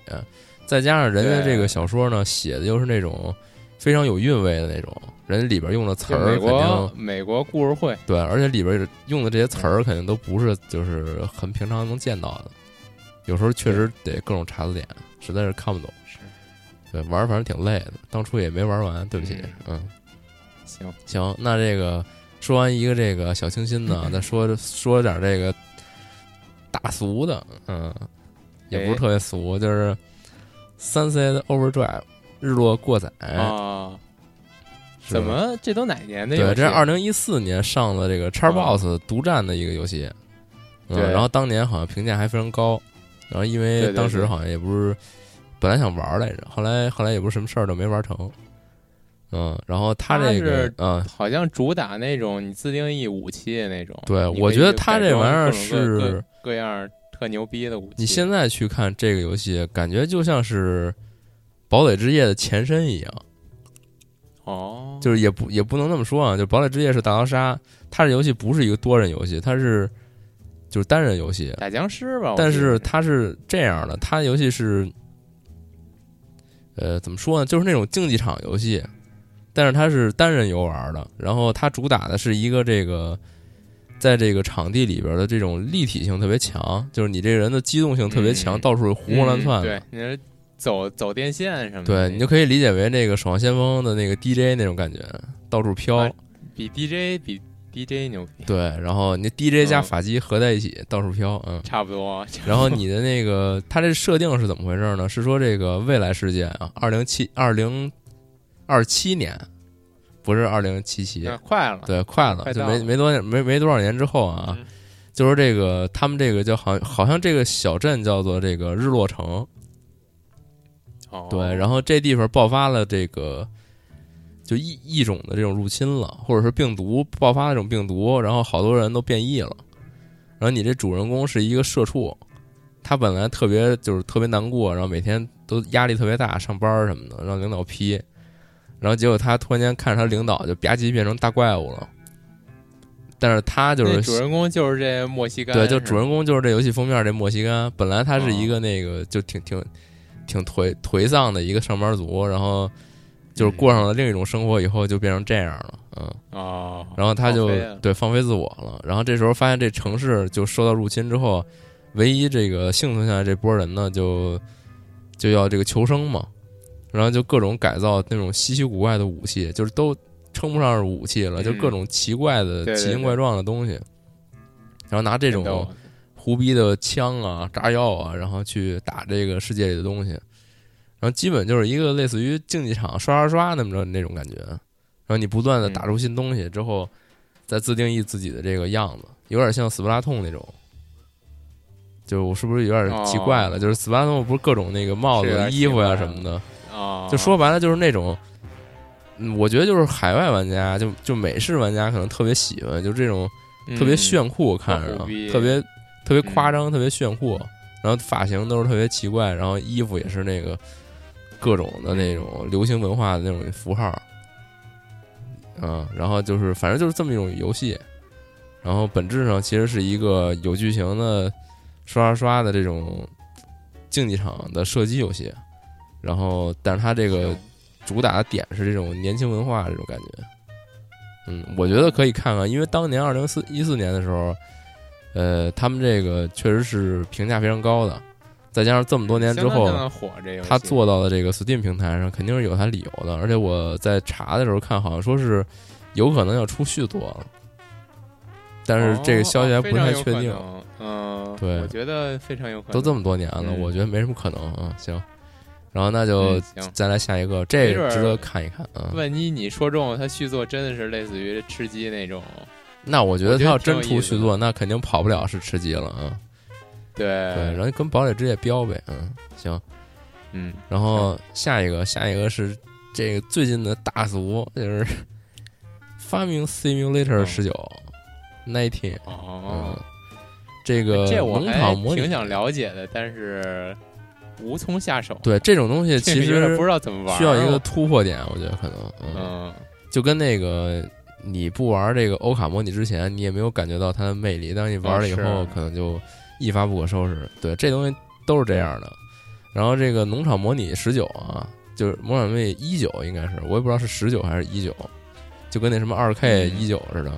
E: 再加上人家
D: 对
E: 这个小说呢写的又是那种非常有韵味的那种，人家里边用的词
D: 就美
E: 儿肯
D: 国
E: 定
D: 美国故事会，
E: 对，而且里边用的这些词儿肯定都不是就是很平常能见到的，有时候确实得各种查字典，实在是看不懂。
D: 是
E: 对，玩儿反正挺累的，当初也没玩完，对不起，嗯
D: 行，
E: 行，那这个说完一个这个小清新 的，再说说点这个大俗的，嗯，也不是
D: 哎
E: 特别俗，就是三 C 的 Overdrive 日落过载，
D: 啊，
E: 哎是吧
D: 怎么这都哪年的游戏？哦
E: 对，这是二零一四年上的这个 Xbox 独占的一个游戏，嗯
D: 对
E: 然后当年好像评价还非常高，然后因
D: 对
E: 为
D: 对
E: 当时
D: 对
E: 好像也不是本来想玩来着，后来后来也不是什么事儿都没玩成，嗯，然后他
D: 它
E: 这个
D: 是
E: 嗯。
D: 好像主打那种你自定义武器的那种。
E: 对，
D: 你
E: 我
D: 可以
E: 觉得他
D: 改
E: 这
D: 装
E: 玩意儿
D: 各种各
E: 是
D: 各各样特牛逼的武器。
E: 你现在去看这个游戏，感觉就像是《堡垒之夜》的前身一样，
D: 哦，
E: 就是也不也不能那么说啊，就《堡垒之夜》是大逃杀，它这游戏不是一个多人游戏，它是就是单人游戏，
D: 打僵尸吧。我
E: 但
D: 记
E: 是
D: 得
E: 它是这样的，它游戏是，呃，怎么说呢，就是那种竞技场游戏，但是它是单人游玩的，然后它主打的是一个这个。在这个场地里边的这种立体性特别强，就是你这个人的机动性特别强，
D: 嗯
E: 到处胡蹦乱
D: 嗯
E: 窜的。
D: 对，你是走走电线什么的那种，
E: 对你就可以理解为那个《守望先锋》的那个 DJ 那种感觉，到处飘。
D: 啊比 DJ 比 DJ 牛逼，
E: 对，然后你 DJ 加
D: 嗯
E: 法机合在一起，到处飘，嗯。
D: 差不 多。差不多
E: 然后你的 那个，它这设定是怎么回事呢？是说这个未来世界啊，二零七二零二七年，不是二零七七，
D: 那快了，
E: 对，快了，
D: 快
E: 就
D: 到
E: 没
D: 了
E: 没多年没没多少年之后啊，
D: 嗯
E: 就说这个他们这个叫好像好像这个小镇叫做这个日落城，
D: 哦，
E: 对，然后这地方爆发了这个就异异种的这种入侵了，或者是病毒爆发了这种病毒，然后好多人都变异了。然后你这主人公是一个社畜，他本来特别就是特别难过，然后每天都压力特别大，上班儿什么的，让领导批。然后结果他突然间看着他领导就吧唧变成大怪物了，但是他就
D: 那
E: 是
D: 主人公就是哦这莫西干，
E: 对，就主
D: 人
E: 人公就是这游戏封面这莫西干，本来他是一个那个就挺挺挺颓颓丧的一个上班族，然后就是过上了另一种生活以后就变成这样了，嗯，
D: 嗯哦，
E: 然后他就
D: 放飞了
E: 对放飞自我了，然后这时候发现这城市就受到入侵之后，唯一这个幸存下来这波人呢，就就要这个求生嘛，然后就各种改造那种稀奇古怪的武器，就是都称不上是武器了，就
D: 嗯
E: 各种奇怪
D: 对
E: 的、
D: 对
E: 奇形
D: 对
E: 怪状的东西，然后拿这
D: 这
E: 种。胡逼的枪啊、炸药啊，然后去打这个世界里的东西，然后基本就是一个类似于竞技场刷刷刷那么着那种感觉，然后你不断
D: 嗯
E: 的打出新东西之后，再自定义自己的这个样子，有点像斯巴达通那种。就我是不是有点奇怪了？
D: 哦
E: 就是斯巴达通不是各种那个帽
D: 是有
E: 子、
D: 点
E: 衣服
D: 奇怪
E: 呀、什么的，
D: 啊，
E: 就说白了就是那种，嗯我觉得就是海外玩家，就就美式玩家可能特别喜欢，就这种特别
D: 嗯
E: 炫酷，看
D: 特
E: 着啊
D: 虎逼嗯
E: 特别特别夸张，特别炫酷，然后发型都是特别奇怪，然后衣服也是那个各种的那种流行文化的那种符号，嗯，然后就是反正就是这么一种游戏，然后本质上其实是一个有剧情的刷刷刷的这种竞技场的射击游戏，然后但是它这个
D: 行
E: 主打的点是这种年轻文化这种感觉。嗯，我觉得可以看看，因为当年二零四一四年的时候，呃，他们这个确实是评价非常高的，再加上这么多年之
D: 相当
E: 后，
D: 相当火这游戏，
E: 他做到的这个 Steam 平台上肯定是有他理由的，而且我在查的时候看，好像说是有可能要出续作了，但是这个消息还不太确定。
D: 哦。哦非常有可能嗯，
E: 对
D: 我觉得非常有可能。
E: 都这么多年了，
D: 嗯
E: 我觉得没什么可能啊。行，然后那就
D: 嗯行
E: 再来下一个，这
D: 没准
E: 个
D: 儿
E: 值得看一看啊。嗯
D: 万一你说中了，他续作真的是类似于吃鸡那种，
E: 那我觉得
D: 我
E: 他
D: 觉得
E: 要真
D: 挺有
E: 出
D: 意思的哎
E: 续作，那肯定跑不了是吃鸡了啊。
D: 对
E: 嗯对，然后跟堡垒之夜飙呗，嗯，行。
D: 嗯
E: 然后下一个，下一个是这个最近的大俗，就是发明 Simulator
D: 嗯
E: 十九 nineteen，嗯
D: 哦，，哎
E: 这个
D: 这我
E: 嗯呃农
D: 还
E: 场模
D: 挺
E: 拟，
D: 想了解的，但是无从下手。
E: 对这种东西
D: 这
E: 其
D: 个有点
E: 实
D: 不知道怎么玩，哦
E: 需要一个。突破点，我觉得可能，嗯，
D: 嗯，
E: 就跟那个。你不玩这个欧卡模拟之前，你也没有感觉到它的魅力。当你玩了以后，
D: 哦是
E: 可能就一发不可收拾。对，这东西都是这样的。然后这个农场模拟十九啊，就是模拟模拟一九应该是，我也不知道是十九还是一九，就跟那什么二 K
D: 嗯
E: 一九似的。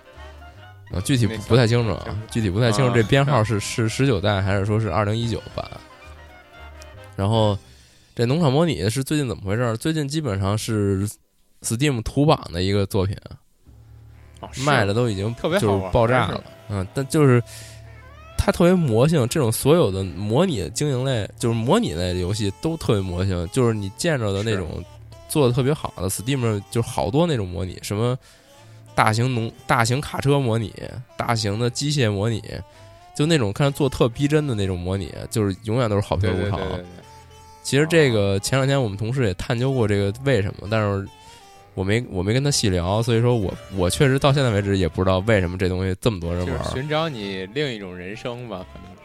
E: 啊，具体不
D: 那小
E: 不太清楚
D: 小
E: 啊，具体不太清
D: 啊
E: 楚这编号是是十九代还是说是二零一九版。然后这农场模拟是最近怎么回事儿？最近基本上是 Steam 图榜的一个作品，
D: 哦
E: 卖的都已经
D: 特别好
E: 就
D: 玩
E: 是爆炸
D: 真是
E: 了。嗯，但就是它特别魔性，这种所有的模拟经营类，就是模拟类的游戏都特别魔性，就是你见着的那
D: 是
E: 种做的特别好的 Steam 上就是好多那种模拟，什么大型农、大型卡车模拟、大型的机械模拟。就那种看着做特逼真的那种模拟，就是永远都是好评
D: 对
E: 如
D: 对
E: 潮。
D: 对对对，
E: 其实这个前两天我们同事也探究过这个为什么，但是我没我没跟他细聊，所以说我我确实到现在为止也不知道为什么这东西这么多人
D: 就是
E: 玩。
D: 寻找你另一种人生吧，可能是。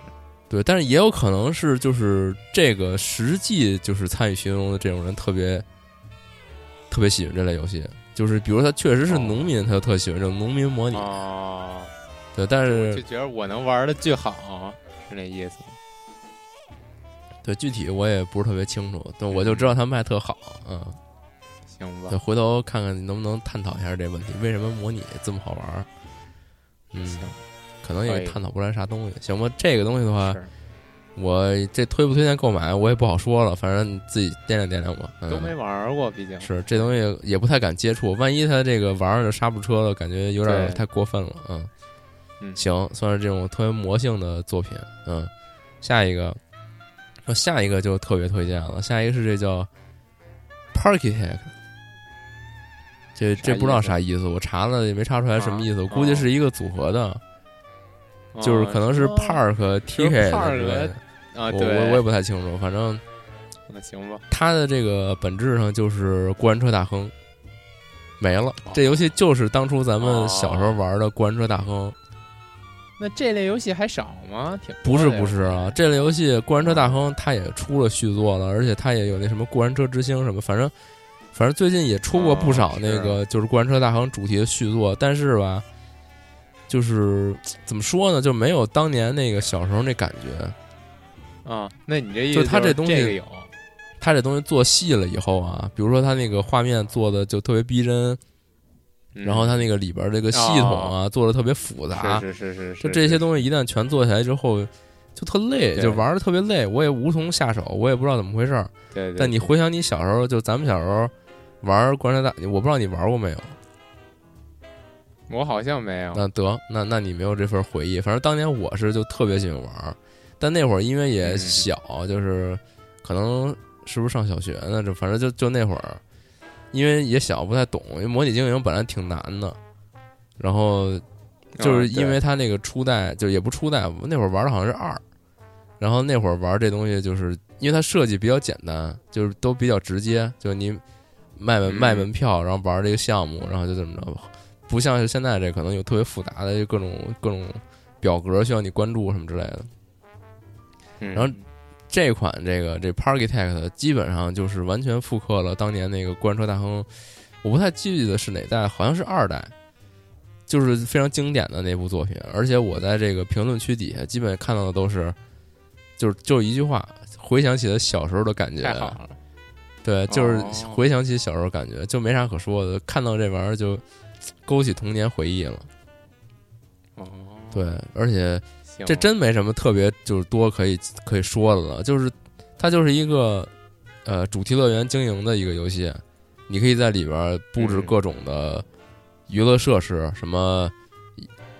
E: 对，但是也有可能是就是这个实际就是参与其中的这种人特别特别喜欢这类游戏，就是比如他确实是
D: 哦
E: 农民，他就特喜欢这种农民模拟。
D: 哦，
E: 对，但
D: 就是觉得我能玩的最好，是那意思。
E: 对具体我也不是特别清楚，但我就知道他卖特好，嗯。
D: 哦行
E: 对，
D: 吧，
E: 回头看看能不能探讨一下这问题，为什么模拟这么好玩儿？嗯
D: 行，，
E: 可能
D: 可
E: 也
D: 以
E: 探讨不出来啥东西。行吧，这个东西的话，
D: 是
E: 我这推不推荐购买，我也不好说了，反正你自己掂量掂量吧。嗯、
D: 都没玩过，毕竟
E: 是这东西也不太敢接触，万一他这个玩儿就刹不住车了，感觉有点儿
D: 对
E: 太过分了。嗯，
D: 嗯
E: 行，算是这种特别魔性的作品。嗯，下一个，那下一个就特别推荐了，下一个是这叫 Parkitect，这
D: 啥
E: 这不知道
D: 意思
E: 啥意思，我查了也没查出来什么意思，我估计
D: 哦
E: 是一个组合的，就是可能是
D: 哦
E: Park TK
D: 是 Park
E: 之类的，
D: 啊，
E: 我
D: 对，
E: 我我也不太清楚，反正
D: 那行吧，
E: 它的这个本质上就是过山车大亨，没了。
D: 哦
E: 这游戏就是当初咱们小时候玩的过山车大亨，
D: 那这类游戏还少吗？挺
E: 不是
D: 多的呀
E: 不是啊，这类游戏过山车大亨它也出了续作了，而且它也有那什么过山车之星什么，反正反正最近也出过不
D: 哦
E: 少
D: 是
E: 那个就是过山车大亨主题的续作，但是吧，就是怎么说呢，就没有当年那个小时候那感觉。
D: 啊，那你这意
E: 就
D: 思
E: 它这
D: 是
E: 东西
D: 这个有
E: 它这东西做细了以后啊，比如说它那个画面做的就特别逼真，
D: 嗯哦
E: 然后它那个里边儿这个系统啊，做的特别复杂，
D: 是是是是是，
E: 就这些
D: 西
E: 东西一旦全做起来之后，就特累，
D: 对
E: 就玩的特别累，我也无从下手，我也不知道怎么回事儿。，
D: 对对
E: 但你回想你小时候，就咱们小时候玩《关山大》，我不知道你玩过没有？
D: 我好像没有，
E: 那得，那那你没有这份回忆。反正当年我是就特别喜欢玩儿，但那会儿因为也
D: 嗯
E: 小，就是可能是不是上小学呢？这反正就就那会儿，因为也小不太懂，因为模拟经营本来挺难的，然后就是因为它那个初代就也不初代，那会儿玩的好像是二，然后那会儿玩这东西就是因为它设计比较简单，就是都比较直接，就是你卖门
D: 嗯
E: 卖门票，然后玩这个项目，然后就怎么着，不像是现在这可能有特别复杂的就各种各种表格需要你关注什么之类的。
D: 然
E: 然后这款这个这 Parkitect 基本上就是完全复刻了当年那个过山车大亨，我不太记得是哪代，好像是二代，就是非常经典的那部作品。而且我在这个评论区底下基本看到的都是，就是就一句话，回想起了小时候的感觉，
D: 太好了，
E: 对，就是
D: 哦
E: 回想起小时候感觉，就没啥可说的，看到这玩意儿就勾起童年回忆了。
D: 哦，
E: 对，而且
D: 行，
E: 这真没什么特别，就是多可以可以说的了。就是它就是一个呃主题乐园经营的一个游戏，你可以在里边儿布置
D: 嗯
E: 各种的娱乐设施，什么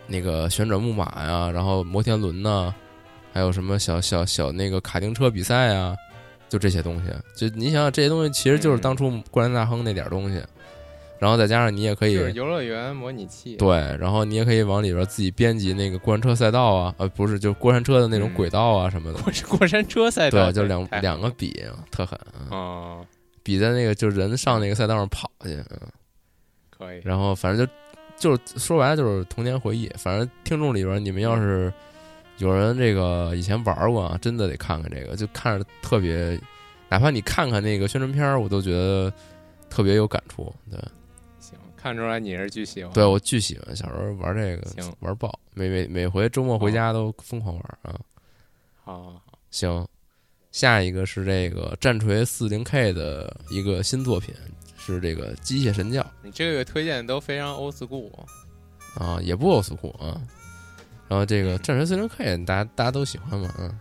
E: 那个旋转木马呀、然后摩天轮呐、还有什么小小小那个卡丁车比赛啊，就这些东西。就你想想，这些东西其实就是
D: 嗯
E: 当初《灌篮大亨》那点儿东西。然后再加上你也可以
D: 就是游乐园模拟器，
E: 对，然后你也可以往里边自己编辑那个过山车赛道啊，呃，不是，就过山车的那种
D: 嗯
E: 轨道啊什么的。
D: 过山过山车赛道，
E: 对，啊就两
D: 太好
E: 两个
D: 了
E: 比，特狠，嗯
D: 哦，
E: 比在那个就人上那个赛道上跑去，嗯
D: 可以，
E: 然后反正就就是说白了就是童年回忆。反正听众里边你们要是有人这个以前玩过啊，真的得看看这个，就看着特别，哪怕你看看那个宣传片儿，我都觉得特别有感触。对，
D: 哦行，看出来你是巨喜欢，
E: 对我巨喜欢，小时候玩这个
D: 行哦
E: 玩爆，每每每回周末回家都疯狂玩啊。
D: 好，好好
E: 行，下一个是这个战锤四零 K 的一个新作品，是这个《机械神教》
D: 你这个推荐都非常 old school，
E: 啊，也不 old school 啊。然后这个战锤四零 K 大家大家都喜欢嘛，嗯、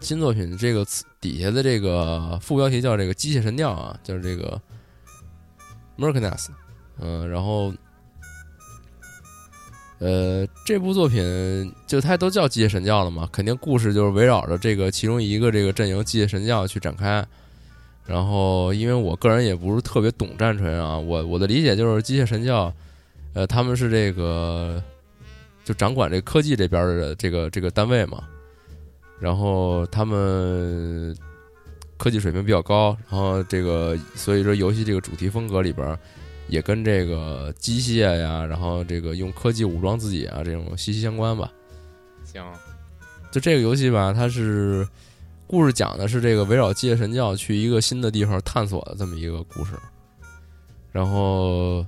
E: 新作品这个词底下的这个副标题叫这个机械神教啊，就是这个 Mercanus，嗯、然后呃，这部作品就它都叫机械神教了嘛，肯定故事就是围绕着这个其中一个这个阵营机械神教去展开。然后，因为我个人也不是特别懂战锤啊，我我的理解就是机械神教，呃，他们是这个就掌管这科技这边的这个这个单位嘛，然后他们科技水平比较高，然后这个所以说游戏这个主题风格里边儿也跟这个机械呀，然后这个用科技武装自己啊这种息息相关吧。
D: 行，
E: 呃就这个游戏吧，它是故事讲的是这个围绕机械神教去一个新的地方探索的这么一个故事。然后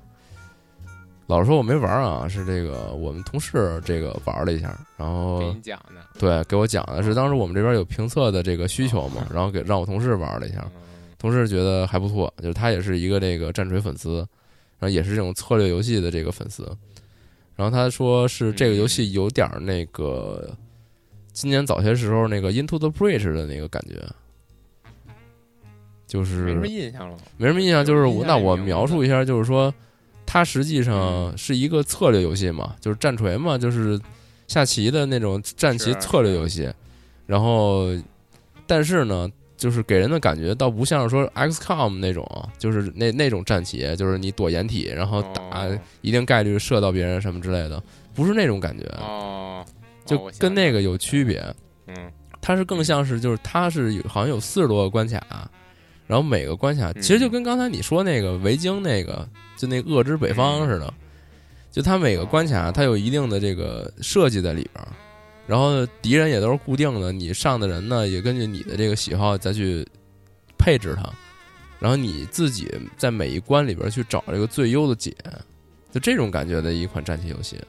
E: 老实说我没玩儿啊，是这个我们同事这个玩儿了一下，然后
D: 给你讲呢，
E: 对，给我讲的是当时我们这边有评测的这个需求嘛，然后给让我同事玩了一下，
D: 嗯
E: 同事觉得还不错，就是他也是一个这个战锤粉丝，然后也是这种策略游戏的这个粉丝，然后他说是这个游
D: 嗯
E: 戏有点儿那个今年早些时候那个 Into the Bridge 的那个感觉，就是
D: 没什么印象了，
E: 没什么印象，就是我
D: 有印象嗯
E: 那
D: 也
E: 我
D: 明白
E: 描述一下，就是说，它实际上是一个策略游戏嘛，就是战锤嘛，就是下棋的那种战棋
D: 是
E: 策略游戏。然后，但是呢，就是给人的感觉倒不像是说 XCOM 那种啊，就是那那种战棋，就是你躲掩体，然后打
D: 哦
E: 一定概率射到别人什么之类的，不是那种感觉，
D: 哦，
E: 啊就
D: 哦我
E: 跟
D: 想
E: 那
D: 起
E: 个有区别。
D: 来了嗯
E: 它是更像是就是它是有好像有四十多个关卡，啊然后每个关卡其实就跟刚才你说那个维京那个就那恶之北方似的，就它每个关卡它有一定的这个设计在里边儿，然后敌人也都是固定的，你上的人呢也根据你的这个喜好再去配置它，然后你自己在每一关里边儿去找这个最优的解，就这种感觉的一款战棋游戏，
D: 哦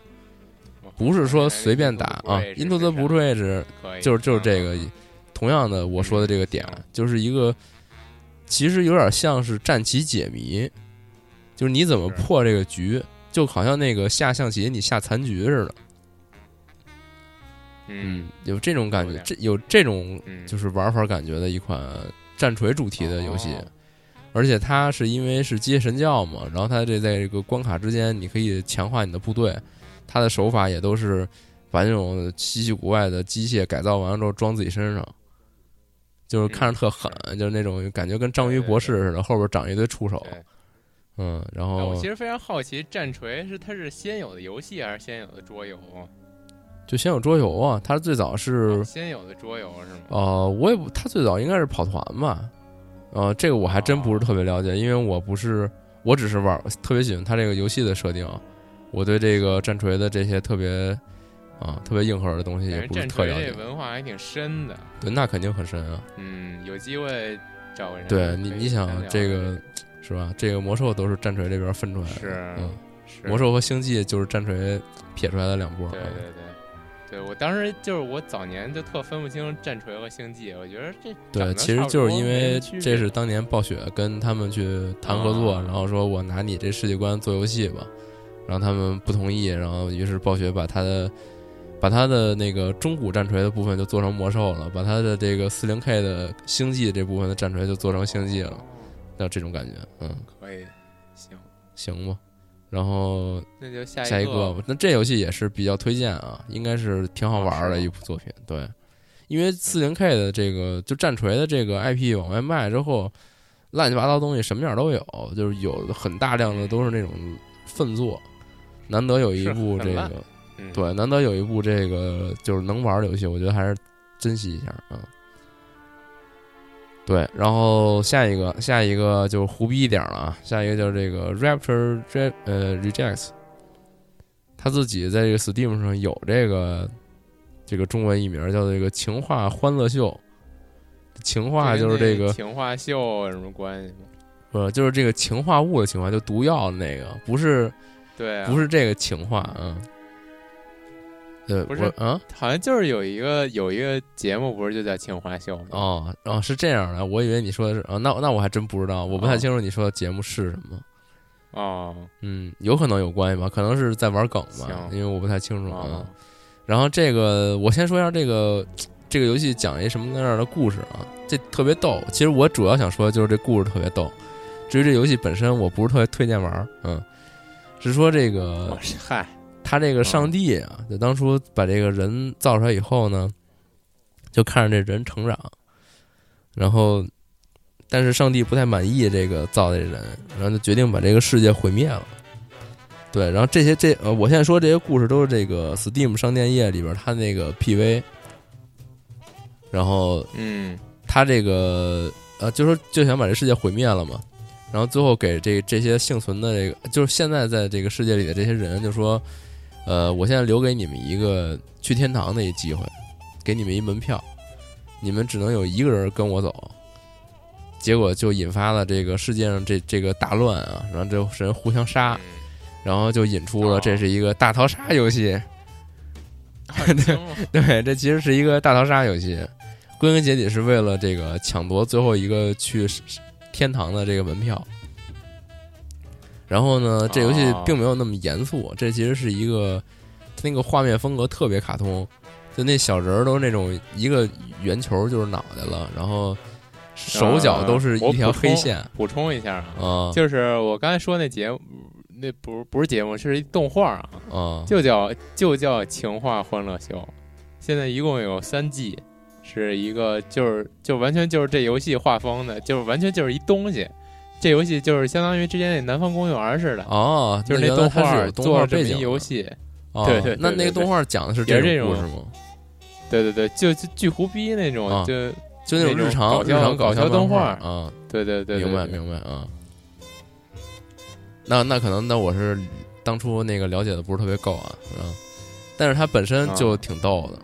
E: 不是说随便打
D: 我
E: 啊
D: 想起来，
E: 因图德不
D: 是
E: 坠是
D: 可以，
E: 就是就是这
D: 嗯
E: 个，同样的我说的这个点啊
D: 嗯，
E: 就是一个其实有点像是战棋解谜，就是你怎么
D: 是
E: 破这个局，就好像那个下象棋你下残局似的，
D: 嗯，，
E: 有这种感
D: 有
E: 觉，
D: 点
E: 这有这种
D: 嗯
E: 就是玩法感觉的一款战锤主题的游戏
D: 哦，
E: 而且它是因为是机械神教嘛，然后它这在这个关卡之间，你可以强化你的部队，它的手法也都是把那种稀奇古怪的机械改造完了之后装自己身上，就是看着特狠，
D: 嗯
E: 就是那种感觉跟章鱼博士似的，后边长一堆触手
D: 对，
E: 嗯，然
D: 哎我
E: 后
D: 其实非常好奇，战锤是它是先有的游戏还是先有的桌游？啊
E: 就先有桌游啊，它最早是
D: 哦先有的桌游是吗？
E: 呃，我也不，他最早应该是跑团吧，呃，这个我还真不是特别了解，因为我不是，我只是玩儿，特别喜欢他这个游戏的设定，我对这个战锤的这些特别啊、特别硬核的东西
D: 感觉
E: 也不是
D: 战
E: 特
D: 锤
E: 了
D: 这
E: 解，
D: 文化还挺深的，
E: 对，那肯定很深啊，
D: 嗯，有机会找人可
E: 对
D: 以
E: 你
D: 单
E: 你想
D: 聊
E: 这个是吧？这个魔兽都是战锤这边分出来的，
D: 是
E: 嗯，
D: 是
E: 魔兽和星际就是战锤撇出来的两波，
D: 对对对。对，我当时就是我早年就特分不清战锤和星际，我觉得这长
E: 对，
D: 得
E: 其
D: 差
E: 实
D: 不
E: 就是
D: 多
E: 因
D: 没什么
E: 为
D: 区
E: 这
D: 别
E: 是当年暴雪跟他们去谈合作，
D: 啊
E: 然后说我拿你这世界观做游戏吧，然后他们不同意，然后于是暴雪把他的把他的那个中古战锤的部分就做成魔兽了，把他的这个四零 K 的星际这部分的战锤就做成星际了，那这种感觉，嗯，
D: 可以，行，
E: 行吧。然后
D: 那就下
E: 下一个
D: 个，
E: 吧，那这游戏也是比较推荐啊，应该是挺好玩儿
D: 哦
E: 的
D: 是吗
E: 一部作品。对，因为四零 K 的这个就战锤的这个 IP 往外卖之后，乱七八糟东西什么样都有，就是有的很大量的都是那种粪作，难得有一
D: 是
E: 部
D: 很
E: 这
D: 烂
E: 个，
D: 嗯，
E: 对，难得有一部这个就是能玩的游戏，我觉得还是珍惜一下啊。对，然后下一个，下一个就胡逼一点了啊，下一个就是这个 Rapture Re 呃 Rejects，他自己在这个 Steam 上有这个这个中文译名叫这个“情话欢乐秀”，情话就是这个
D: 情话秀有什么关系吗？
E: 呃就是这个氰化物的氰化，就毒药的那个，不是
D: 对、啊，
E: 不是这个氰化啊。对，
D: 不
E: 我
D: 是
E: 啊，
D: 好像就是有一个有一个节目，不是就叫《青花秀》吗？
E: 哦哦，是这样的，我以为你说的是啊，那那我还真不知道，我不太
D: 哦
E: 清楚你说的节目是什么。
D: 哦，
E: 嗯，有可能有关系吧，可能是在玩梗吧，
D: 行
E: 因为我不太清楚啊。
D: 哦，
E: 然后这个我先说一下这个这个游戏讲一什么样的故事啊，这特别逗。其实我主要想说的就是这故事特别逗，至于这游戏本身，我不是特别推荐玩儿，嗯，是说这个
D: 哦是嗨，
E: 他这个上帝啊，就当初把这个人造出来以后呢，就看着这人成长，然后，但是上帝不太满意这个造的这人，然后就决定把这个世界毁灭了。对，然后这些这呃，我现在说这些故事都是这个 Steam 商店页里边他那个 PV，然后
D: 嗯，
E: 他这个呃，就说就想把这世界毁灭了嘛，然后最后给这这些幸存的这个，呃就是现在在这个世界里的这些人，就说，呃，我现在留给你们一个去天堂的一机会，给你们一门票，你们只能有一个人跟我走。结果就引发了这个世界上这这个大乱啊，然后这人互相杀，
D: 嗯
E: 然后就引出了这是一个大逃杀游戏，
D: 嗯，对，
E: 对，这其实是一个大逃杀游戏，归根结底是为了这个抢夺最后一个去天堂的这个门票。然后呢，这游戏
D: 哦
E: 并没有那么严肃，这其实是一个它那个画面风格特别卡通，就那小人儿都是那种一个圆球就是脑袋了，然后
D: 嗯
E: 手脚都是一条黑线
D: 补充一下啊，
E: 啊
D: 就是我刚才说那节目，那不是不是节目，是一动画啊，
E: 啊！
D: 就叫就叫《情话欢乐秀》，现在一共有三季，是一个就是就完全就是这游戏画风的，就是完全就是一东西。这游戏就是相当于之前那《南方公园》似的，
E: 哦，
D: 就是那
E: 原来
D: 动
E: 它是
D: 画
E: 有动
D: 做
E: 画
D: 了这
E: 背
D: 么一
E: 景的
D: 游，戏，
E: 哦
D: 对对对
E: 那那
D: 对对
E: 个动画讲的是
D: 也是这
E: 故
D: 种
E: 事吗？
D: 对对对，就就巨胡逼那种，
E: 啊
D: 就
E: 就那种
D: 那种
E: 日常
D: 搞
E: 日
D: 笑
E: 常搞
D: 搞笑
E: 漫
D: 动画
E: 啊，
D: 对对对，对
E: 明白
D: 对
E: 明白啊。那那可能那我是当初那个了解的不是特别够啊，嗯，但是它本身就
D: 啊
E: 挺逗的，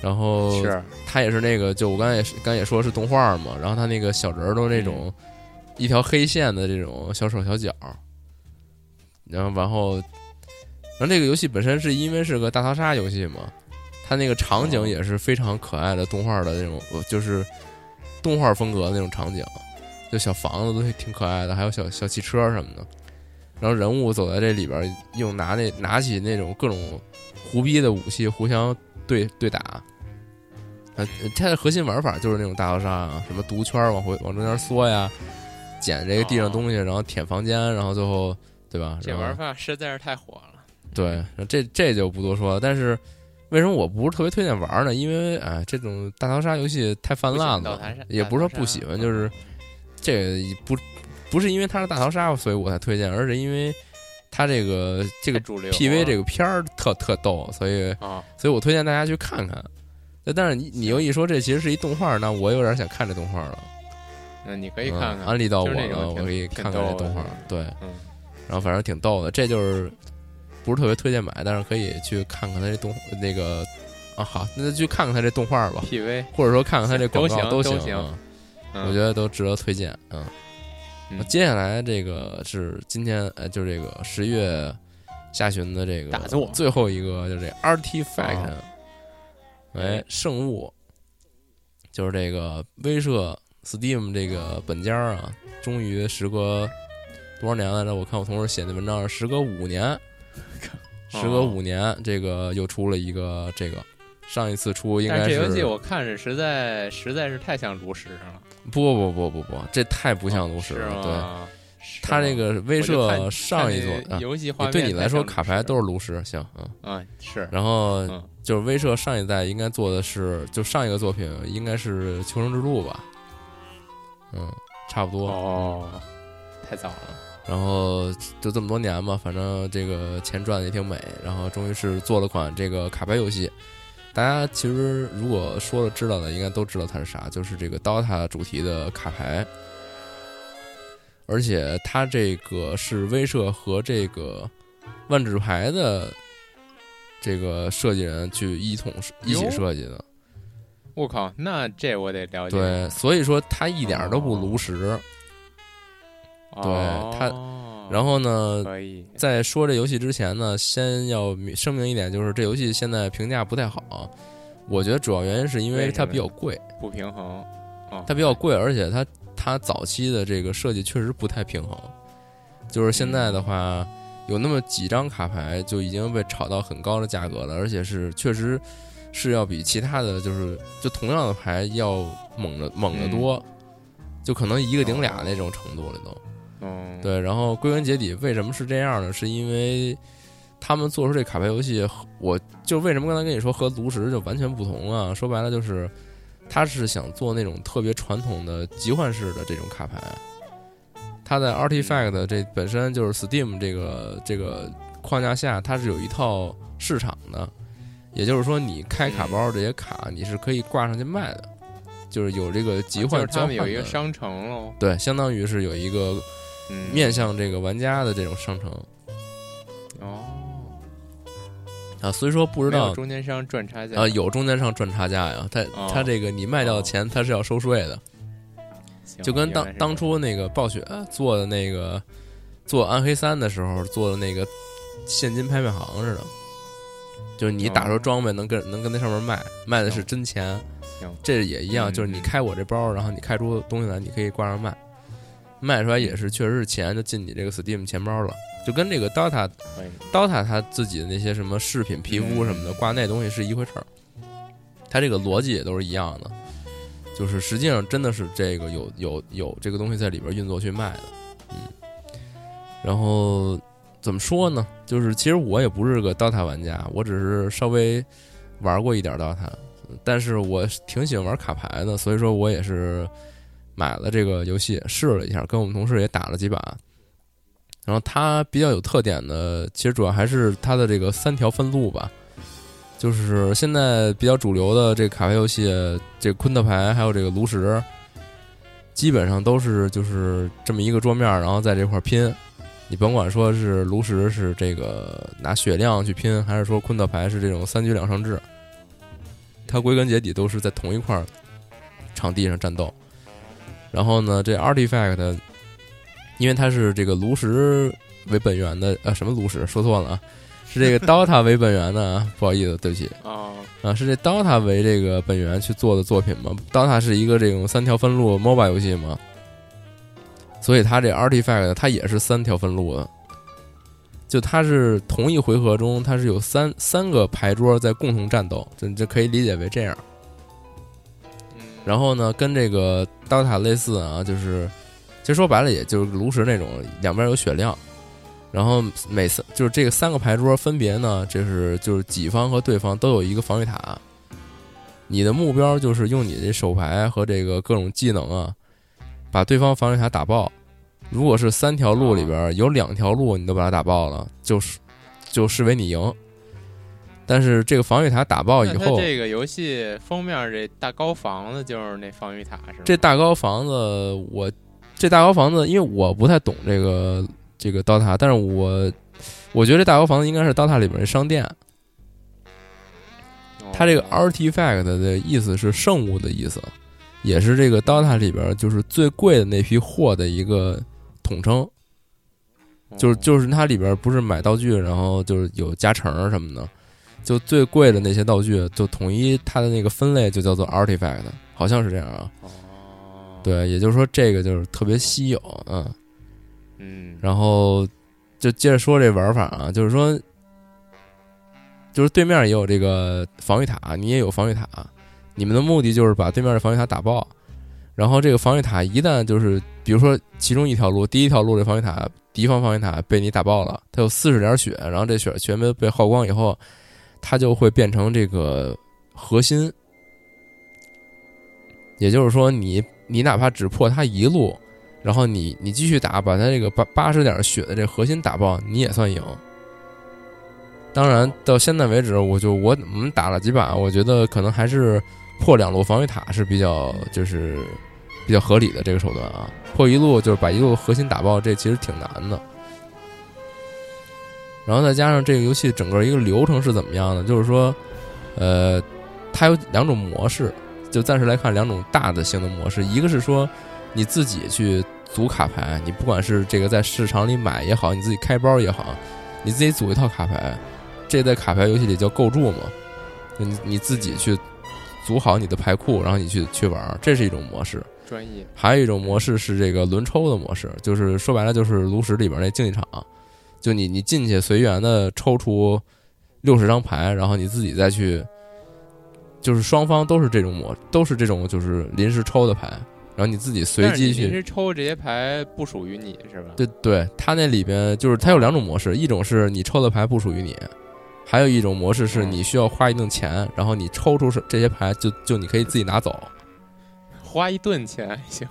E: 然后
D: 是
E: 它也是那个就我刚才也是刚才也说是动画嘛，然后它那个小人儿都那
D: 嗯
E: 种一条黑线的这种小手小脚，然后然后然后这个游戏本身是因为是个大逃杀游戏嘛，它那个场景
D: 哦
E: 也是非常可爱的动画的那种，呃就是动画风格的那种场景，就小房子都挺可爱的，还有小小汽车什么的。然后人物走在这里边儿，用拿那拿起那种各种胡逼的武器互相对对打。呃，它的核心玩法就是那种大逃杀啊，什么毒圈儿往回往中间缩呀，捡这个地上东西，然后舔房间，然后最后对吧？
D: 这
E: 然后
D: 玩法实在是太火了，
E: 对，这这就不多说了。但是为什么我不是特别推荐玩呢？因为哎，这种大逃杀游戏太泛滥
D: 不喜欢
E: 了
D: 大逃杀，
E: 也不是说不喜欢，就是这个不不是因为它是大逃杀，所以我才推荐，而是因为它这个这个
D: 太主流
E: PV
D: 了
E: 这个片儿特特逗，所以
D: 啊，
E: 所以我推荐大家去看看。但是你你又一说这其实是一动画，那我有点想看这动画了。
D: 那你可以看
E: 嗯
D: 看，
E: 安利到我
D: 就是那
E: 了，
D: 种
E: 我
D: 挺
E: 可以看看这动画
D: 挺逗的。
E: 对，
D: 嗯
E: 然后反正挺逗的，这就是不是特别推荐买，但是可以去看看他这动那个啊，好，那就去看看他这动画吧，
D: PV，
E: 或者说看看他这广告
D: 都行
E: 行，
D: 都行
E: 嗯
D: 嗯
E: 我觉得都值得推荐。嗯，
D: 嗯
E: 那接下来这个是今天呃，就是这个十月下旬的这个
D: 打坐
E: 最后一个，就是这 Artifact，、
D: 哦
E: 哎，圣物，就是这个威社 Steam 这个本家啊，终于时隔多少年来着？我看我同事写的文章是时隔五年，时隔五年，这个又出了一个这个。上一次出应
D: 但
E: 该
D: 是
E: 是
D: 这游戏我看着实在实在是太像炉石了，
E: 不不不不不，这太不像炉石
D: 哦是
E: 了。对，
D: 吗？是
E: 它这
D: 吗
E: 个威
D: 我就看
E: 社上一
D: 看那
E: 座，啊
D: 游戏画面
E: 对你
D: 太
E: 来说
D: 像
E: 卡
D: 炉石
E: 牌都是炉石，行嗯。
D: 啊是，
E: 然后
D: 嗯
E: 就是威社上一代应该做的是，就上一个作品应该是《求生之路》吧，嗯，差不多。
D: 哦，太早了，
E: 然后就这么多年嘛，反正这个钱赚的也挺美，然后终于是做了款这个卡牌游戏。大家其实如果说了知道的，应该都知道它是啥，就是这个 DOTA 主题的卡牌。而且它这个是威社和这个万智牌的这个设计人去一统一起
D: 哟
E: 设计的，
D: 我靠，那这我得了解。
E: 对，所以说它一点儿都不炉石。
D: 哦
E: 对他然后呢，
D: 可以，
E: 在说这游戏之前呢，先要声明一点，就是这游戏现在评价不太好。我觉得主要原因是因为
D: 为什
E: 它
D: 么
E: 比较贵，
D: 不平衡，哦，
E: 它比较贵，而且它它早期的这个设计确实不太平衡。就是现在的话，有那么几张卡牌就已经被炒到很高的价格了，而且是确实是要比其他的就是就同样的牌要猛的猛
D: 嗯
E: 得多，就可能一个顶
D: 哦
E: 俩那种程度了都。
D: 嗯，，
E: 对，然后归根结底，为什么是这样呢？是因为他们做出这卡牌游戏，我就为什么刚才跟你说和炉石就完全不同啊？说白了就是，他是想做那种特别传统的集换式的这种卡牌。它在 Artifact 这本身就是 Steam 这个这个框架下，它是有一套市场的，也就是说，你开卡包这些卡，你是可以挂上去卖的，就是有这个集
D: 啊就
E: 换
D: 是
E: 交
D: 他
E: 换
D: 们
E: 的。
D: 有一个商城喽，
E: 对，相当于是有一个
D: 嗯，
E: 面向这个玩家的这种商城
D: 哦，
E: 啊，所以说不知
D: 没有
E: 道
D: 中间商赚差价
E: 啊，有中间商赚差价呀，他
D: 哦
E: 他这个你卖掉的钱他是要收税的，
D: 行
E: 就跟
D: 原来
E: 当
D: 是
E: 当
D: 这
E: 初那个暴雪呃做的那个做暗黑三的时候做的那个现金拍卖行似的，就是
D: 哦
E: 你打出装备能跟能跟那上面卖，卖的是真钱
D: 行，
E: 这也一样，
D: 嗯
E: 就是你
D: 嗯
E: 开我这包，然后你开出东西来，你可以挂上卖，卖出来也是确实是钱就进你这个 Steam 钱包了，就跟这个 DOTA
D: 样可以
E: DOTA 它自己的那些什么饰品、皮肤什么的，挂那东西是一回事儿，它这个逻辑也都是一样的，就是实际上真的是这个有有有这个东西在里边运作去卖的，嗯，然后怎么说呢？就是其实我也不是个 DOTA 玩家，我只是稍微玩过一点 DOTA，但是我挺喜欢玩卡牌的，所以说我也是买了这个游戏试了一下，跟我们同事也打了几把。然后它比较有特点的，其实主要还是它的这个三条分路吧，就是现在比较主流的这个卡牌游戏，这个昆特牌还有这个炉石，基本上都是就是这么一个桌面，然后在这块儿拼。你甭管说是炉石是这个拿血量去拼，还是说昆特牌是这种三局两胜制，它归根结底都是在同一块儿场地上战斗。然后呢，这 Artifact，因为它是这个炉石为本源的，呃，什么炉石说错了啊，是这个 DOTA 为本源的啊，不好意思，对不起，
D: 哦，
E: 啊，是这 DOTA 为这个本源去做的作品嘛？DOTA 是一个这种三条分路 MOBA 游戏嘛，所以它这 Artifact 它也是三条分路的，就它是同一回合中它是有三三个牌桌在共同战斗，这这可以理解为这样。
D: 嗯
E: 然后呢，跟这个 DOTA 类似啊，就是其实说白了，也就是炉石那种，两边有血量，然后每次就是这个三个牌桌分别呢，这是就是己方和对方都有一个防御塔，你的目标就是用你这手牌和这个各种技能啊，把对方防御塔打爆。如果是三条路里边有两条路你都把它打爆了，就是就视为你赢。但是这个防御塔打爆以
D: 那它
E: 后，
D: 这个游戏封面这大高房子就是那防御塔是吗？
E: 这大高房子，我这大高房子，因为我不太懂这个这个 DOTA，但是我我觉得这大高房子应该是 DOTA 里边的商店。
D: 哦
E: 它这个 Artifact 的意思是圣物的意思，也是这个 DOTA 里边就是最贵的那批货的一个统称。
D: 哦
E: 就是就是它里边不是买道具，然后就是有加成儿什么的，就最贵的那些道具就统一它的那个分类就叫做 Artifact，好像是这样啊。
D: 哦，
E: 对，也就是说这个就是特别稀有，嗯。
D: 嗯，
E: 然后就接着说这玩法啊，就是说，就是对面也有这个防御塔，你也有防御塔，你们的目的就是把对面的防御塔打爆。然后这个防御塔一旦就是，比如说其中一条路，第一条路这防御塔，敌方防御塔被你打爆了，它有四十点血，然后这血全部被耗光以后，它就会变成这个核心。也就是说你你哪怕只破它一路，然后你你继续打，把他这个八八十点血的这核心打爆，你也算赢。当然，到现在为止，我就我我们打了几把，我觉得可能还是破两路防御塔是比较就是比较合理的这个手段啊。破一路就是把一路核心打爆，这其实挺难的。然后再加上这个游戏整个一个流程是怎么样的，就是说，呃，它有两种模式，就暂时来看两种大的性的模式，一个是说你自己去组卡牌，你不管是这个在市场里买也好，你自己开包也好，你自己组一套卡牌，这在卡牌游戏里叫构筑嘛，就你你自己去组好你的牌库，然后你去去玩儿，这是一种模式。
D: 专业
E: 还有一种模式是这个轮抽的模式，就是说白了就是炉石里边那竞技场，就你你进去随缘的抽出六十张牌，然后你自己再去，就是双方都是这种模，都是这种就是临时抽的牌，然后你自己随
D: 但是
E: 机
D: 你
E: 去
D: 临时抽这些牌不属于你是吧？
E: 对对，它那里边就是它有两种模式，一种是你抽的牌不属于你，还有一种模式是你需要花一定钱，然后你抽出是这些牌就就你可以自己拿走，
D: 花一顿钱还行，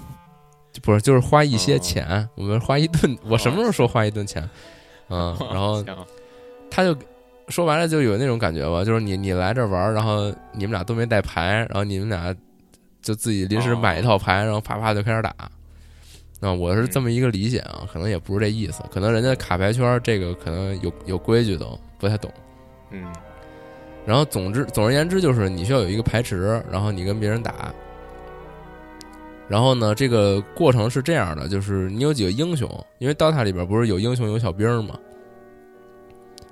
E: 就不是就是花一些
D: 哦
E: 钱，我们花一顿，我什么时候说花一顿钱？ 嗯，
D: 哦
E: 然后
D: 行
E: 他就说白了就有那种感觉吧，就是你你来这玩儿，然后你们俩都没带牌，然后你们俩就自己临时买一套牌，然后啪啪就开始打。那我是这么一个理解啊，可能也不是这意思，可能人家卡牌圈儿这个可能有有规矩都不太懂。
D: 嗯
E: 然后总之总而言之就是你需要有一个牌池，然后你跟别人打。然后呢，这个过程是这样的，就是你有几个英雄，因为 DOTA 里边不是有英雄有小兵嘛。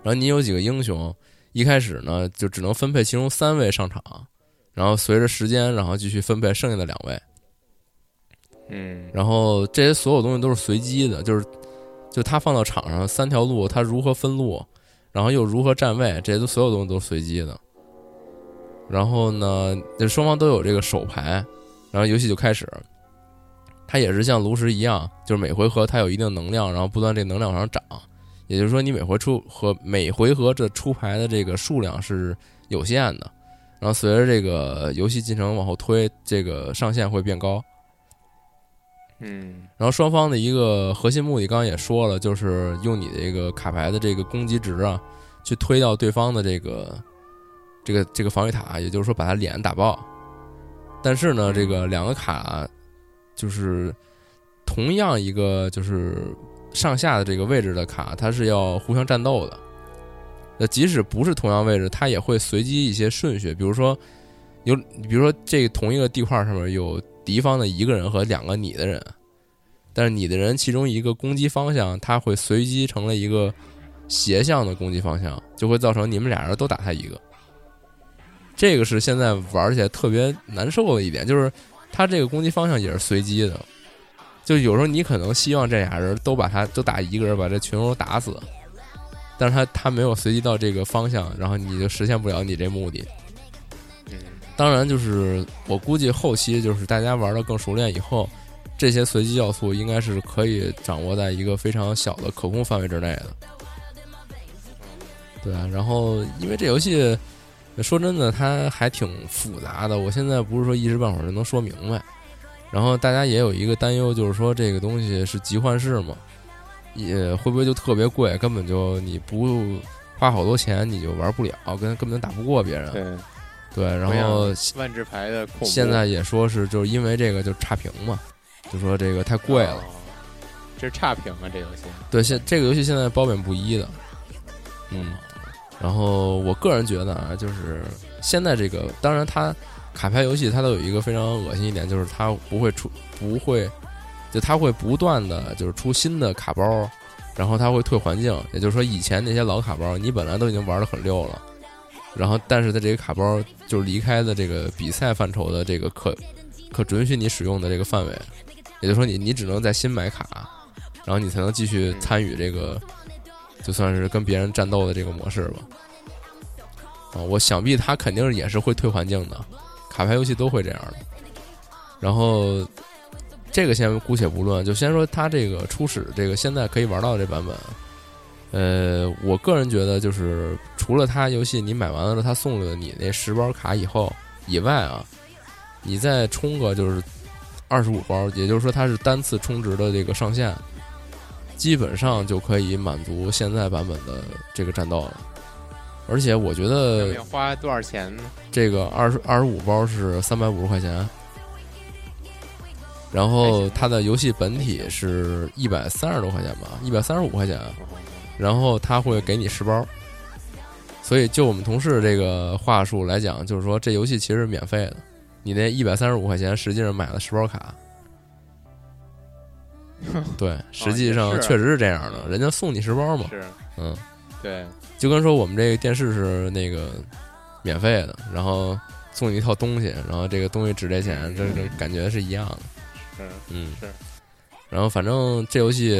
E: 然后你有几个英雄，一开始呢就只能分配其中三位上场，然后随着时间，然后继续分配剩下的两位。
D: 嗯
E: 然后这些所有东西都是随机的，就是就他放到场上三条路，他如何分路，然后又如何站位，这些都所有东西都是随机的。然后呢，这双方都有这个手牌，然后游戏就开始。它也是像炉石一样，就是每回合它有一定能量，然后不断这能量往上涨。也就是说，你每回出和每回合这出牌的这个数量是有限的，然后随着这个游戏进程往后推，这个上限会变高。
D: 嗯
E: 然后双方的一个核心目的，刚刚也说了，就是用你这个卡牌的这个攻击值啊，去推到对方的这个这个这个防御塔，也就是说把他脸打爆。但是呢，这个两个卡就是同样一个就是上下的这个位置的卡，它是要互相战斗的。那即使不是同样位置，它也会随机一些顺序，比如说有，比如说这同一个地块上面有敌方的一个人和两个你的人，但是你的人其中一个攻击方向，它会随机成了一个斜向的攻击方向，就会造成你们俩人都打他一个。这个是现在玩起来特别难受的一点，就是他这个攻击方向也是随机的，就有时候你可能希望这俩人都把他都打一个人把这群殴打死，但是他他没有随机到这个方向，然后你就实现不了你这目的。当然，就是我估计后期就是大家玩的更熟练以后，这些随机要素应该是可以掌握在一个非常小的可控范围之内的。对啊，然后因为这游戏说真的，它还挺复杂的，我现在不是说一时半会儿就能说明白。然后大家也有一个担忧，就是说这个东西是集换式嘛，也会不会就特别贵，根本就你不花好多钱你就玩不了，跟根本打不过别人。
D: 对，
E: 对，然
D: 不
E: 后
D: 像万智牌的恐怖
E: 现在也说是就是因为这个就差评嘛，就说这个太贵了。
D: 哦这是差评啊，这游戏
E: 对，现这个游戏现在褒贬不一的，嗯。然后我个人觉得啊，就是现在这个，当然它卡牌游戏它都有一个非常恶心一点，就是它不会出，不会，就它会不断的就是出新的卡包，然后它会退环境，也就是说以前那些老卡包你本来都已经玩的很溜了，然后但是它这个卡包就离开了这个比赛范畴的这个可可准许你使用的这个范围，也就是说你你只能在新买卡，然后你才能继续参与这个，就算是跟别人战斗的这个模式吧。啊，我想必他肯定也是会退环境的，卡牌游戏都会这样的。然后这个先姑且不论，就先说他这个初始这个现在可以玩到的这版本。呃，我个人觉得就是除了他游戏你买完了他送了你那十包卡以后以外啊，你再充个就是二十五包，也就是说它是单次充值的这个上限，基本上就可以满足现在版本的这个战斗了。而且我觉
D: 要
E: 得
D: 要花多少钱呢？
E: 这个二十二十五包是三百五十块钱，然后它的游戏本体是一百三十多块钱吧，一百三十五块钱，然后他会给你十包。所以就我们同事这个话术来讲，就是说这游戏其实是免费的，你那一百三十五块钱实际上买了十包 卡。对，实际上
D: 也是
E: 确哦实是这样的，人家送你十包嘛，
D: 是，
E: 嗯。
D: 对，
E: 就跟说我们这个电视是那个免费的，然后送你一套东西，然后这个东西值这钱，这这感觉是一样的。
D: 是
E: 嗯，
D: 嗯是。
E: 然后反正这游戏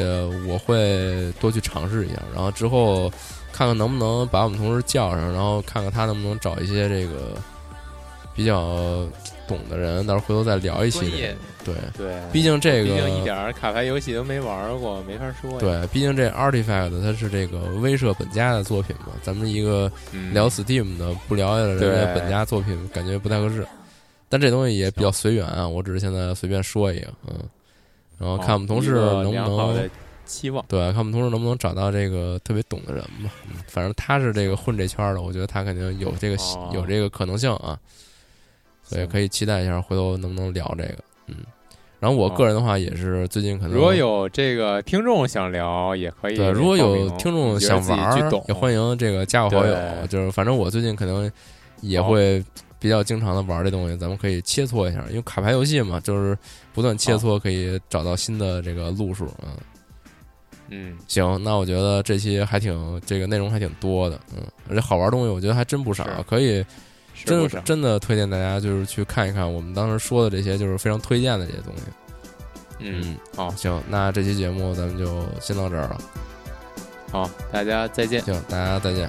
E: 我会多去尝试一下，然后之后看看能不能把我们同事叫上，然后看看他能不能找一些这个比较懂的人，到时候回头再聊一期
D: 专
E: 这
D: 业
E: 个。对，
D: 对，
E: 毕竟这
D: 毕
E: 个
D: 竟一点儿卡牌游戏都没玩过，没法说呀。
E: 对，毕竟这 Artifact 它是这个威慑本家的作品嘛，咱们一个
D: 嗯，
E: 聊 Steam 的，不聊人家
D: 对
E: 本家作品，感觉不太合适。但这东西也比较随缘啊，我只是现在随便说一个，嗯，然后
D: 好
E: 看我们同事
D: 哦一个
E: 能不
D: 良好
E: 能
D: 的期望。
E: 对，看我们同事能不能找到这个特别懂的人吧。嗯反正他是这个混这圈儿的，我觉得他肯定有这个
D: 哦
E: 有这个可能性啊，所以
D: 行
E: 可以期待一下，回头能不能聊这个，嗯。然后我个人的话也是最近可
D: 哦
E: 能
D: 如果有这个听众想聊，也可以报名。
E: 对，如果有听众想
D: 你
E: 玩
D: 觉得自己
E: 儿
D: 巨懂，
E: 也欢迎这个加我好友。
D: 对哦
E: 就是反正我最近可能也会比较经常的玩这东西，咱们可以切磋一下，因为卡牌游戏嘛，就是不断
D: 哦
E: 切磋，可以找到新的这个路数。嗯，
D: 嗯，
E: 行，那我觉得这期还挺这个内容还挺多的，嗯，而且好玩东西我觉得还真不少
D: 是，
E: 可以
D: 是
E: 真
D: 不少
E: 真的推荐大家就是去看一看我们当时说的这些，就是非常推荐的这些东西。
D: 嗯，好
E: 行，那这期节目咱们就先到这儿了。
D: 好，大家再见。
E: 行，大家再见。